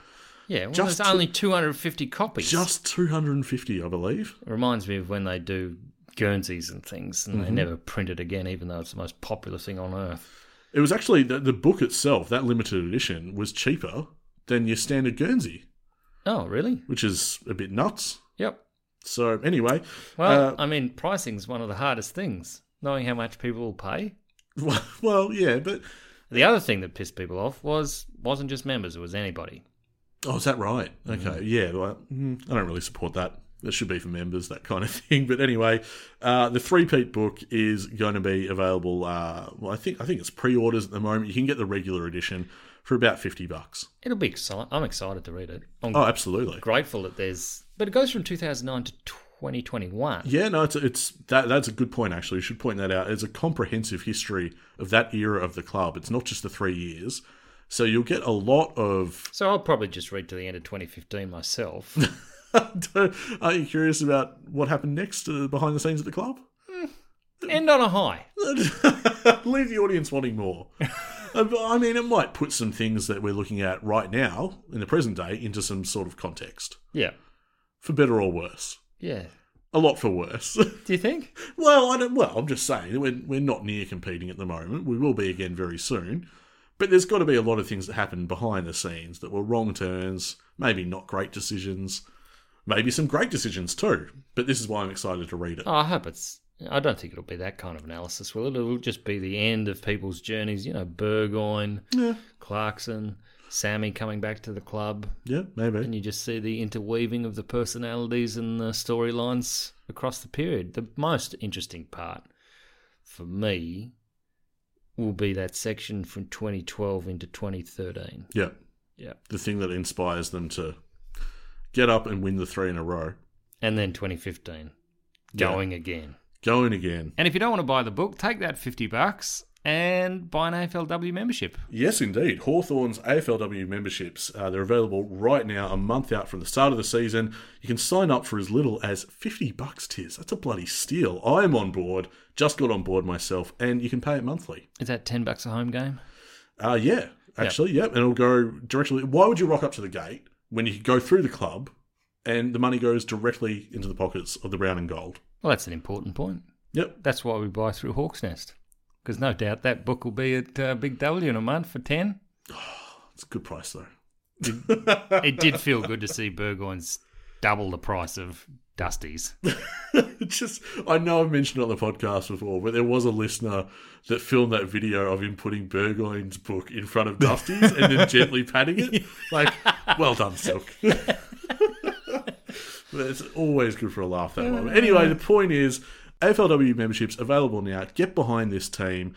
Speaker 3: Yeah, well,
Speaker 2: Just
Speaker 3: there's
Speaker 2: two-
Speaker 3: only 250 copies.
Speaker 2: Just 250, I believe.
Speaker 3: It reminds me of when they do Guernseys and things, and they
Speaker 2: Mm-hmm.
Speaker 3: never print it again, even though it's the most popular thing on earth.
Speaker 2: It was actually the, the book itself, that limited edition, was cheaper than your standard Guernsey,
Speaker 3: Oh, really?
Speaker 2: which is a bit nuts.
Speaker 3: Yep.
Speaker 2: So anyway,
Speaker 3: Well, I mean, pricing's one of the hardest things, knowing how much people will pay.
Speaker 2: well, well, yeah, but
Speaker 3: The other thing that pissed people off was wasn't just members; it was anybody.
Speaker 2: oh, is that right? Okay, yeah, well, mm, I don't really support that. That should be for members, that kind of thing. But anyway, uh, the three-peat book is going to be available. Uh, well, I think I think it's pre-orders at the moment. You can get the regular edition for about fifty bucks.
Speaker 3: It'll be exciting. I'm excited to read it. I'm
Speaker 2: Oh, absolutely.
Speaker 3: grateful that there's, but it goes from 2009 to 2021.
Speaker 2: Yeah, no, it's it's that that's a good point actually. You should point that out. It's a comprehensive history of that era of the club. It's not just the three years. So you'll get a lot of.
Speaker 3: So I'll probably just read to the end of 2015 myself.
Speaker 2: Are you curious about what happened next uh, behind the scenes at the club?
Speaker 3: End on a high.
Speaker 2: Leave the audience wanting more. Uh, but, I mean, it might put some things that we're looking at right now in the present day into some sort of context,
Speaker 3: Yeah.
Speaker 2: for better or worse.
Speaker 3: Yeah.
Speaker 2: A lot for worse.
Speaker 3: Do you think?
Speaker 2: well, I don't. Well, I'm just saying we're we're not near competing at the moment. We will be again very soon. But there's got to be a lot of things that happened behind the scenes that were wrong turns, maybe not great decisions, maybe some great decisions too. But this is why I'm excited to read it.
Speaker 3: Oh, I hope it's. I don't think it'll be that kind of analysis, will it? It'll just be the end of people's journeys. You know, Burgoyne,
Speaker 2: Yeah,
Speaker 3: Clarkson, Sammy coming back to the club,
Speaker 2: yeah, maybe.
Speaker 3: and you just see the interweaving of the personalities and the storylines across the period. The most interesting part for me will be that section from 2012 into 2013.
Speaker 2: Yeah,
Speaker 3: Yeah.
Speaker 2: the thing that inspires them to get up and win the three in a row,
Speaker 3: And then 2015,
Speaker 2: Yeah.
Speaker 3: going again.
Speaker 2: going again.
Speaker 3: And if you don't want to buy the book, take that 50 bucks and buy an AFLW membership.
Speaker 2: Yes, indeed. Hawthorn's AFLW memberships, uh, they're available right now, a month out from the start of the season. You can sign up for as little as 50 bucks, Tiz. That's a bloody steal. I'm on board, just got on board myself, and you can pay it monthly.
Speaker 3: Is that 10 bucks a home game?
Speaker 2: Uh, yeah, actually, yep. And it'll go directly. Why would you rock up to the gate when you could go through the club and the money goes directly into the pockets of the brown and gold?
Speaker 3: Well, that's an important point.
Speaker 2: Yep.
Speaker 3: That's why we buy through Hawk's Nest. Because no doubt that book will be at uh, Big W in a month for 10.
Speaker 2: It's a good price, though.
Speaker 3: It did feel good to see Burgoyne's double the price of Dusty's.
Speaker 2: It's just I know I've mentioned it on the podcast before, but there was a listener that filmed that video of him putting Burgoyne's book in front of Dusty's and then gently patting it. Like, well done, Silk. but it's always good for a laugh that one. Anyway, the point is AFLW memberships available now. Get behind this team.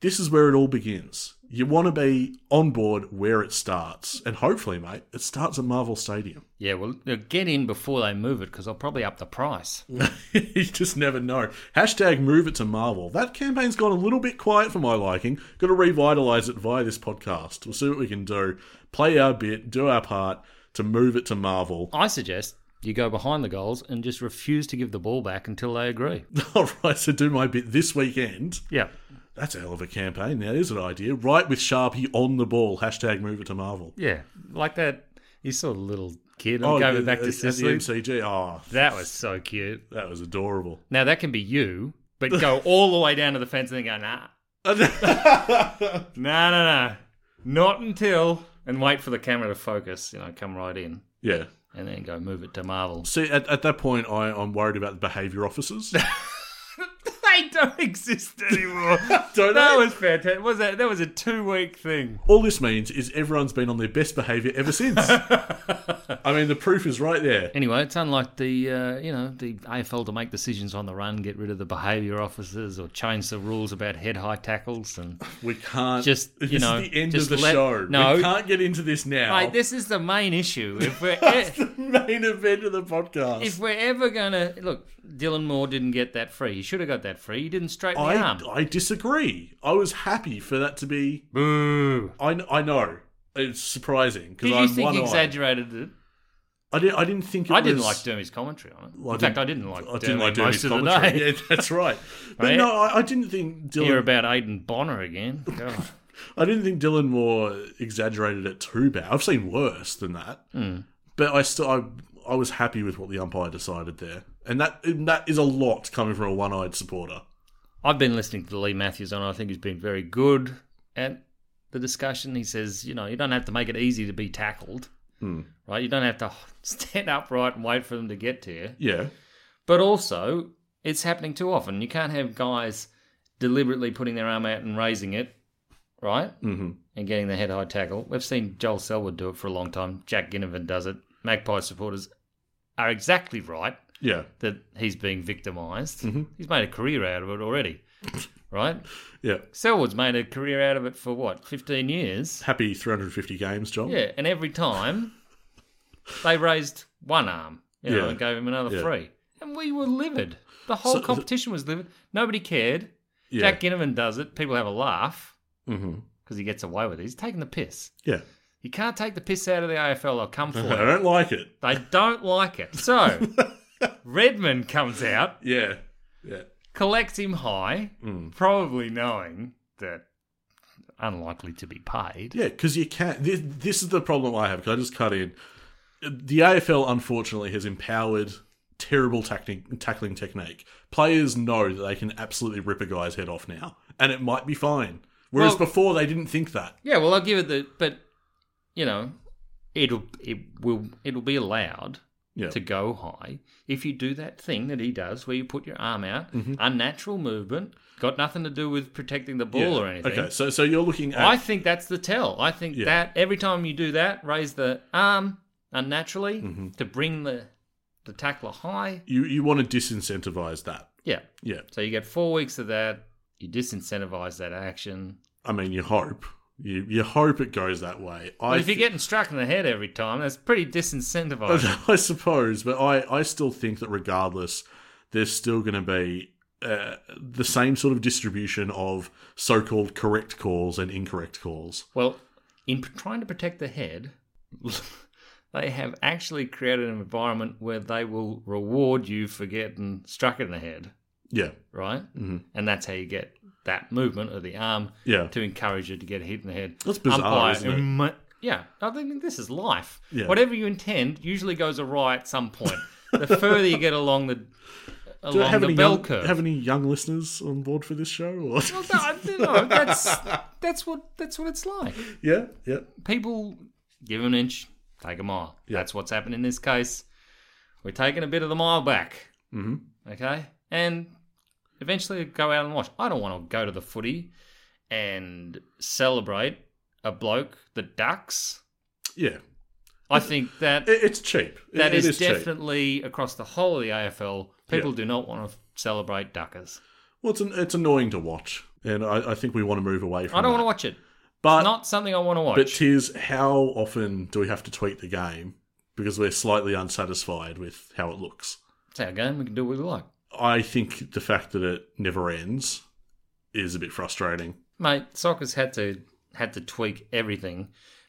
Speaker 2: This is where it all begins. You want to be on board where it starts. And hopefully, mate, it starts at Marvel Stadium.
Speaker 3: Yeah, well, uh, get in before they move it because I'll probably up the price.
Speaker 2: you just never know. Hashtag move it to Marvel. That campaign's gone a little bit quiet for my liking. Got to revitalise it via this podcast. We'll see what we can do. Play our bit, do our part to move it to Marvel.
Speaker 3: I suggest you go behind the goals and just refuse to give the ball back until they agree.
Speaker 2: All right, so do my bit this weekend.
Speaker 3: Yeah.
Speaker 2: That's a hell of a campaign. That is an idea. Right with Sharpie on the ball. Hashtag move it to Marvel. Oh,
Speaker 3: Yeah. Like that. You saw the little kid and going back
Speaker 2: at- at
Speaker 3: to
Speaker 2: the
Speaker 3: Sicily.
Speaker 2: MCG. Oh,
Speaker 3: That was so cute.
Speaker 2: that was adorable.
Speaker 3: Now that can be you, but go all the way down to the fence and then go, nah. No, no, no. Not until. And wait for the camera to focus, you know, come right in.
Speaker 2: yeah.
Speaker 3: And then go move it to Marvel.
Speaker 2: See, at, at that point, I, I'm worried about the behaviour officers.
Speaker 3: They don't exist anymore.
Speaker 2: Don't they?
Speaker 3: that was fantastic. Was that that was a two week thing?
Speaker 2: All this means is everyone's been on their best behaviour ever since. I mean, the proof is right there.
Speaker 3: Anyway, it's unlike the uh, you know the AFL to make decisions on the run, get rid of the behaviour officers, or change the rules about head high tackles and
Speaker 2: We can't
Speaker 3: Just, you
Speaker 2: This is
Speaker 3: know,
Speaker 2: the end
Speaker 3: just
Speaker 2: of the
Speaker 3: let-
Speaker 2: show.
Speaker 3: no.
Speaker 2: we can't get into this now.
Speaker 3: Mate, this is the main issue. If we're e-,
Speaker 2: It's the main event of the podcast.
Speaker 3: if we're ever gonna look, Dylan Moore didn't get that free. He should have got that free. He didn't straighten the
Speaker 2: I
Speaker 3: arm.
Speaker 2: I disagree. I was happy for that to be.
Speaker 3: Boo!
Speaker 2: I kn- I know it's surprising because
Speaker 3: Did
Speaker 2: I'm
Speaker 3: you think
Speaker 2: one
Speaker 3: he
Speaker 2: exaggerated.
Speaker 3: exaggerated it?
Speaker 2: I didn't. I didn't think. It
Speaker 3: I didn't
Speaker 2: was-
Speaker 3: like Dermy's commentary on it.
Speaker 2: Well,
Speaker 3: In fact, I didn't like.
Speaker 2: I didn't
Speaker 3: Dermy
Speaker 2: like doing
Speaker 3: most
Speaker 2: his
Speaker 3: of
Speaker 2: commentary.
Speaker 3: the day.
Speaker 2: Yeah, that's right. But
Speaker 3: Right?
Speaker 2: no, I, I didn't think Dylan.
Speaker 3: Hear about Aiden Bonner again. God.
Speaker 2: I didn't think Dylan Moore exaggerated it too bad. I've seen worse than that, but I still I, I was happy with what the umpire decided there, and that and that is a lot coming from a one-eyed supporter.
Speaker 3: I've been listening to Lee Matthews on. I think he's been very good at the discussion. He says, you know, you don't have to make it easy to be tackled, right? You don't have to stand upright and wait for them to get to you.
Speaker 2: Yeah,
Speaker 3: But also, it's happening too often. You can't have guys deliberately putting their arm out and raising it, right? Mm-hmm. And getting the head high tackle. We've seen Joel Selwood do it for a long time. Jack Ginnivan does it. Magpie supporters are exactly right
Speaker 2: yeah,
Speaker 3: that he's being victimized.
Speaker 2: Mm-hmm.
Speaker 3: He's made a career out of it already, right?
Speaker 2: yeah.
Speaker 3: Selwood's made a career out of it for what, 15 years?
Speaker 2: Happy 350 games, John.
Speaker 3: Yeah, and every time they raised one arm, you know,
Speaker 2: Yeah.
Speaker 3: and gave him another
Speaker 2: Yeah.
Speaker 3: three. and we were livid. The whole
Speaker 2: So-
Speaker 3: competition was livid. Nobody cared.
Speaker 2: Yeah.
Speaker 3: Jack Ginnivan does it. People have a laugh
Speaker 2: hmm
Speaker 3: because he gets away with it. He's taking the piss.
Speaker 2: Yeah.
Speaker 3: You can't take the piss out of the AFL. I'll come for
Speaker 2: I
Speaker 3: it.
Speaker 2: don't like it.
Speaker 3: They don't like it. So Redmond comes out,
Speaker 2: Yeah. Yeah.
Speaker 3: collects him high,
Speaker 2: Hmm.
Speaker 3: probably knowing that unlikely to be paid.
Speaker 2: Yeah, because you can't. This, this is the problem I have. Can I just cut in? The AFL, unfortunately, has empowered terrible tactic, tackling technique. Players know that they can absolutely rip a guy's head off now, and it might be fine. Whereas
Speaker 3: Well-
Speaker 2: before, they didn't think that.
Speaker 3: Yeah, well, I'll give it the, but you know, it'll it will it'll be allowed
Speaker 2: Yeah.
Speaker 3: to go high if you do that thing that he does, where you put your arm out,
Speaker 2: Mm-hmm.
Speaker 3: unnatural movement, got nothing to do with protecting the ball
Speaker 2: Yeah.
Speaker 3: or anything.
Speaker 2: Okay, so so you're looking at
Speaker 3: I think that's the tell. I think
Speaker 2: Yeah.
Speaker 3: that every time you do that, raise the arm unnaturally
Speaker 2: Mm-hmm.
Speaker 3: to bring the the tackler high.
Speaker 2: you you want to disincentivize that.
Speaker 3: Yeah.
Speaker 2: Yeah,
Speaker 3: So you get four weeks of that. You disincentivize that action.
Speaker 2: I mean, you hope you you hope it goes that way. I
Speaker 3: But if you're
Speaker 2: thi-
Speaker 3: getting struck in the head every time, that's pretty disincentivizing.
Speaker 2: I suppose, but I, I still think that regardless, there's still going to be uh, the same sort of distribution of so-called correct calls and incorrect calls.
Speaker 3: Well, in p- trying to protect the head, they have actually created an environment where they will reward you for getting struck in the head,
Speaker 2: Yeah,
Speaker 3: right? Mm-hmm. And that's how you get that movement of the arm
Speaker 2: Yeah.
Speaker 3: to encourage you to get hit in the head.
Speaker 2: That's bizarre, isn't it?
Speaker 3: imma- yeah, I think this is life.
Speaker 2: Yeah.
Speaker 3: Whatever you intend usually goes awry at some point. the further you get along the
Speaker 2: do I
Speaker 3: along
Speaker 2: have
Speaker 3: the
Speaker 2: any
Speaker 3: bell
Speaker 2: young,
Speaker 3: curve.
Speaker 2: have any young listeners on board for this show? Or?
Speaker 3: Well, no, I don't know. that's that's what that's what it's like.
Speaker 2: yeah, yeah,
Speaker 3: people give an inch, take a mile. That's what's happened in this case. We're taking a bit of the mile back. Mm-hmm. Okay? And eventually go out and watch. I don't want to go to the footy and celebrate a bloke that ducks.
Speaker 2: yeah.
Speaker 3: I think that
Speaker 2: It, it's cheap. It-
Speaker 3: that
Speaker 2: it
Speaker 3: is,
Speaker 2: cheap.
Speaker 3: definitely across the whole of the AFL. People
Speaker 2: Yeah.
Speaker 3: do not want to celebrate duckers.
Speaker 2: Well, it's, an, it's annoying to watch, and I, I think we want to move away from.
Speaker 3: I don't want
Speaker 2: that.
Speaker 3: to watch it.
Speaker 2: But
Speaker 3: Not something I want to watch.
Speaker 2: Uh, But tis how often do we have to tweak the game because we're slightly unsatisfied with how it looks?
Speaker 3: it's our game. We can do what we like.
Speaker 2: I think the fact that it never ends is a bit frustrating.
Speaker 3: Mate, soccer's had to had to tweak everything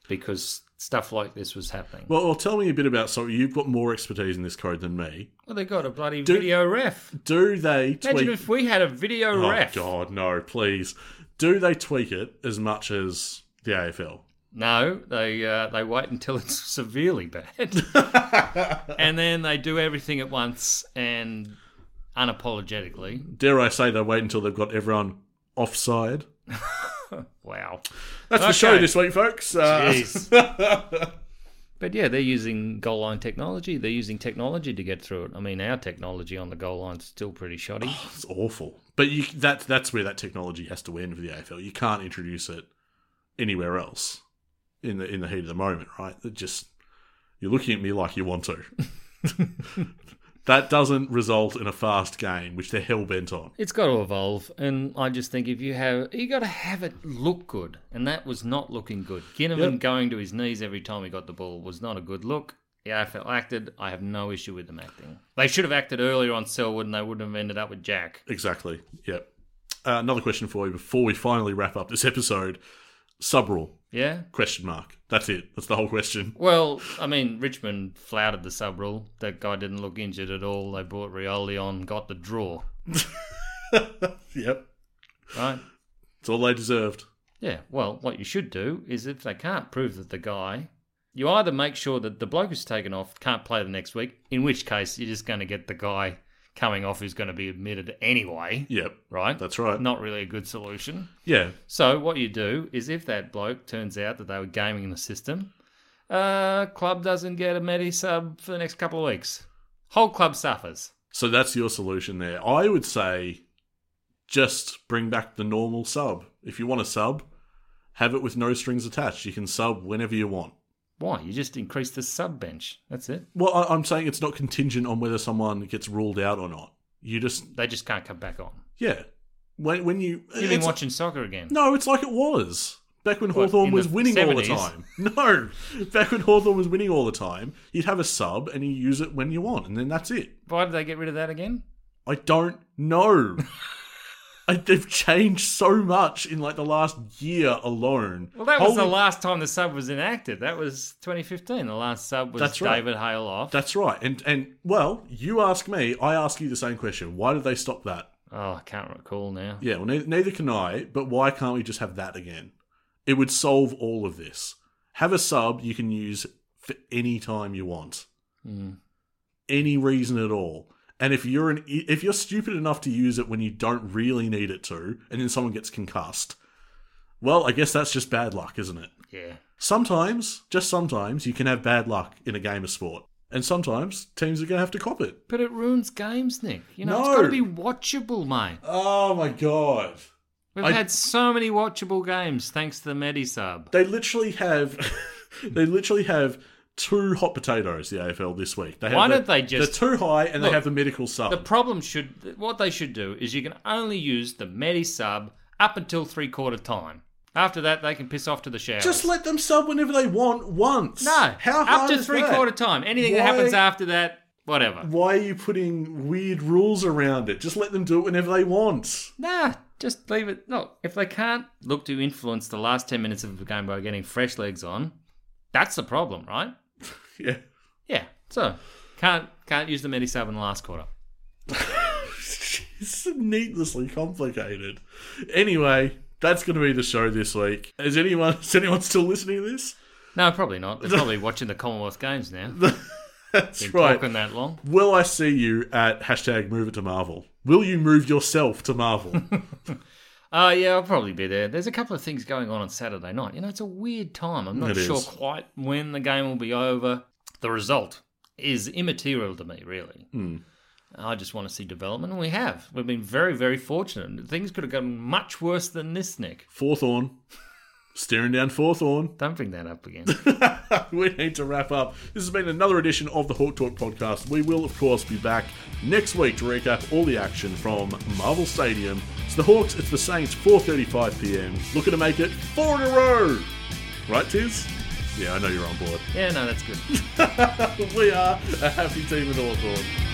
Speaker 3: because stuff like this was happening. Well,
Speaker 2: Well, well tell me a bit about so you've got more expertise in this code than me.
Speaker 3: they got a bloody video ref.
Speaker 2: Do they
Speaker 3: Imagine
Speaker 2: tweak?
Speaker 3: if we had a video
Speaker 2: oh
Speaker 3: ref.
Speaker 2: God, no! Please, do they tweak it as much as the AFL?
Speaker 3: No, they uh, they wait until it's severely bad, and then they do everything at once and unapologetically.
Speaker 2: Dare I say they wait until they've got everyone offside?
Speaker 3: Wow.
Speaker 2: That's the show
Speaker 3: Okay.
Speaker 2: this week, folks. Uh,
Speaker 3: Jeez. but yeah, they're using goal line technology. They're using technology to get through it. I mean, our technology on the goal line's still pretty shoddy.
Speaker 2: It's awful. But you that that's where that technology has to win for the AFL. You can't introduce it anywhere else in the in the heat of the moment, right? It just you're looking at me like you want to. that doesn't result in a fast game, which they're hell bent on.
Speaker 3: It's got to evolve, and I just think if you have, you got to have it look good, and that was not looking good. Ginnivan
Speaker 2: Yep.
Speaker 3: going to his knees every time he got the ball was not a good look. The AFL acted. I have no issue with them acting. They should have acted earlier on Selwood, and they wouldn't have ended up with Jack.
Speaker 2: Exactly. Yep. Uh, another question for you before we finally wrap up this episode. Sub rule?
Speaker 3: Yeah.
Speaker 2: Question mark. That's it. That's the whole question.
Speaker 3: Well, I mean, Richmond flouted the sub rule. That guy didn't look injured at all. They brought Rioli on, got the draw.
Speaker 2: Yep.
Speaker 3: Right.
Speaker 2: It's all they deserved.
Speaker 3: Yeah, well, what you should do is if they can't prove that the guy, you either make sure that the bloke who's taken off can't play the next week, in which case you're just going to get the guy coming off who's going to be admitted anyway,
Speaker 2: Yep.
Speaker 3: right?
Speaker 2: That's right.
Speaker 3: Not really a good solution.
Speaker 2: Yeah.
Speaker 3: So, what you do is if that bloke turns out that they were gaming the system, uh, club doesn't get a Medi sub for the next couple of weeks. Whole club suffers.
Speaker 2: So that's your solution there. I would say just bring back the normal sub. If you want a sub, have it with no strings attached. You can sub whenever you want.
Speaker 3: Why? You just increase the sub bench. That's it.
Speaker 2: Well, I, I'm saying it's not contingent on whether someone gets ruled out or not. You just,
Speaker 3: They just can't come back on.
Speaker 2: yeah. When, when you.
Speaker 3: You've been
Speaker 2: it's-
Speaker 3: watching soccer again.
Speaker 2: No, it's like it was. Back when
Speaker 3: What,
Speaker 2: Hawthorn
Speaker 3: in
Speaker 2: was
Speaker 3: the
Speaker 2: winning all
Speaker 3: 70s?
Speaker 2: the time. No. Back when Hawthorn was winning all the time, you'd have a sub and you use it when you want, and then that's it.
Speaker 3: Why did they get rid of that again?
Speaker 2: I don't know. I, they've changed so much in like the last year alone.
Speaker 3: Well, that was the
Speaker 2: Holy-
Speaker 3: last time the sub was enacted. That was 2015. The last sub was
Speaker 2: That's right.
Speaker 3: David Hale off.
Speaker 2: That's right. And and well, you ask me, I ask you the same question. Why did they stop that?
Speaker 3: oh, I can't recall now.
Speaker 2: Yeah, well, neither, neither can I. But why can't we just have that again? It would solve all of this. Have a sub you can use for any time you want,
Speaker 3: Mm.
Speaker 2: any reason at all. And if you're an if you're stupid enough to use it when you don't really need it to, and then someone gets concussed, well, I guess that's just bad luck, isn't it?
Speaker 3: Yeah.
Speaker 2: Sometimes, just sometimes, you can have bad luck in a game of sport, and sometimes teams are going to have to cop it.
Speaker 3: But it ruins games, Nick. You know, it's
Speaker 2: No.
Speaker 3: got to be watchable, mate.
Speaker 2: Oh my god.
Speaker 3: We've
Speaker 2: I-
Speaker 3: had so many watchable games thanks to the Medi sub.
Speaker 2: They literally have they literally have two hot potatoes the AFL this week. They have
Speaker 3: Why
Speaker 2: the,
Speaker 3: don't they just-
Speaker 2: the two high and
Speaker 3: Look,
Speaker 2: they have the medical sub.
Speaker 3: The problem should, what they should do is you can only use the Medi sub up until three quarter time. After that, they can piss off to the shower.
Speaker 2: just let them sub whenever they want once.
Speaker 3: no,
Speaker 2: How hard
Speaker 3: up to
Speaker 2: is
Speaker 3: three
Speaker 2: that?
Speaker 3: quarter time. Anything
Speaker 2: Why-
Speaker 3: that happens after that, whatever.
Speaker 2: Why are you putting weird rules around it? Just let them do it whenever they want.
Speaker 3: Nah, just leave it. No, if they can't look to influence the last ten minutes of the game by getting fresh legs on, that's the problem, right?
Speaker 2: Yeah.
Speaker 3: Yeah. So can't can't use the Medi sub in the last quarter.
Speaker 2: It's needlessly complicated. Anyway, that's going to be the show this week. Is anyone is anyone still listening to this?
Speaker 3: No, probably not. They're probably watching the Commonwealth Games now.
Speaker 2: That's
Speaker 3: Been
Speaker 2: right.
Speaker 3: talking that long.
Speaker 2: Will I see you at hashtag move it to Marvel? Will you move yourself to Marvel?
Speaker 3: Uh, yeah, I'll probably be there. There's a couple of things going on on Saturday night. You know, it's a weird time. I'm not
Speaker 2: It
Speaker 3: sure
Speaker 2: is.
Speaker 3: quite when the game will be over. The result is immaterial to me, really.
Speaker 2: Hmm.
Speaker 3: I just want to see development, and we have. We've been very, very fortunate. Things could have gone much worse than this, Nick.
Speaker 2: Forthorn. Staring down Forthorn.
Speaker 3: Don't bring that up again.
Speaker 2: we need to wrap up. This has been another edition of the Hawk Talk podcast. We will, of course, be back next week to recap all the action from Marvel Stadium. It's the Hawks, it's the Saints, 4.35 p.m. Looking to make it four in a row. Right, Tiz? Yeah, I know you're on board.
Speaker 3: yeah, no, that's good.
Speaker 2: We are a happy team in Hawthorn.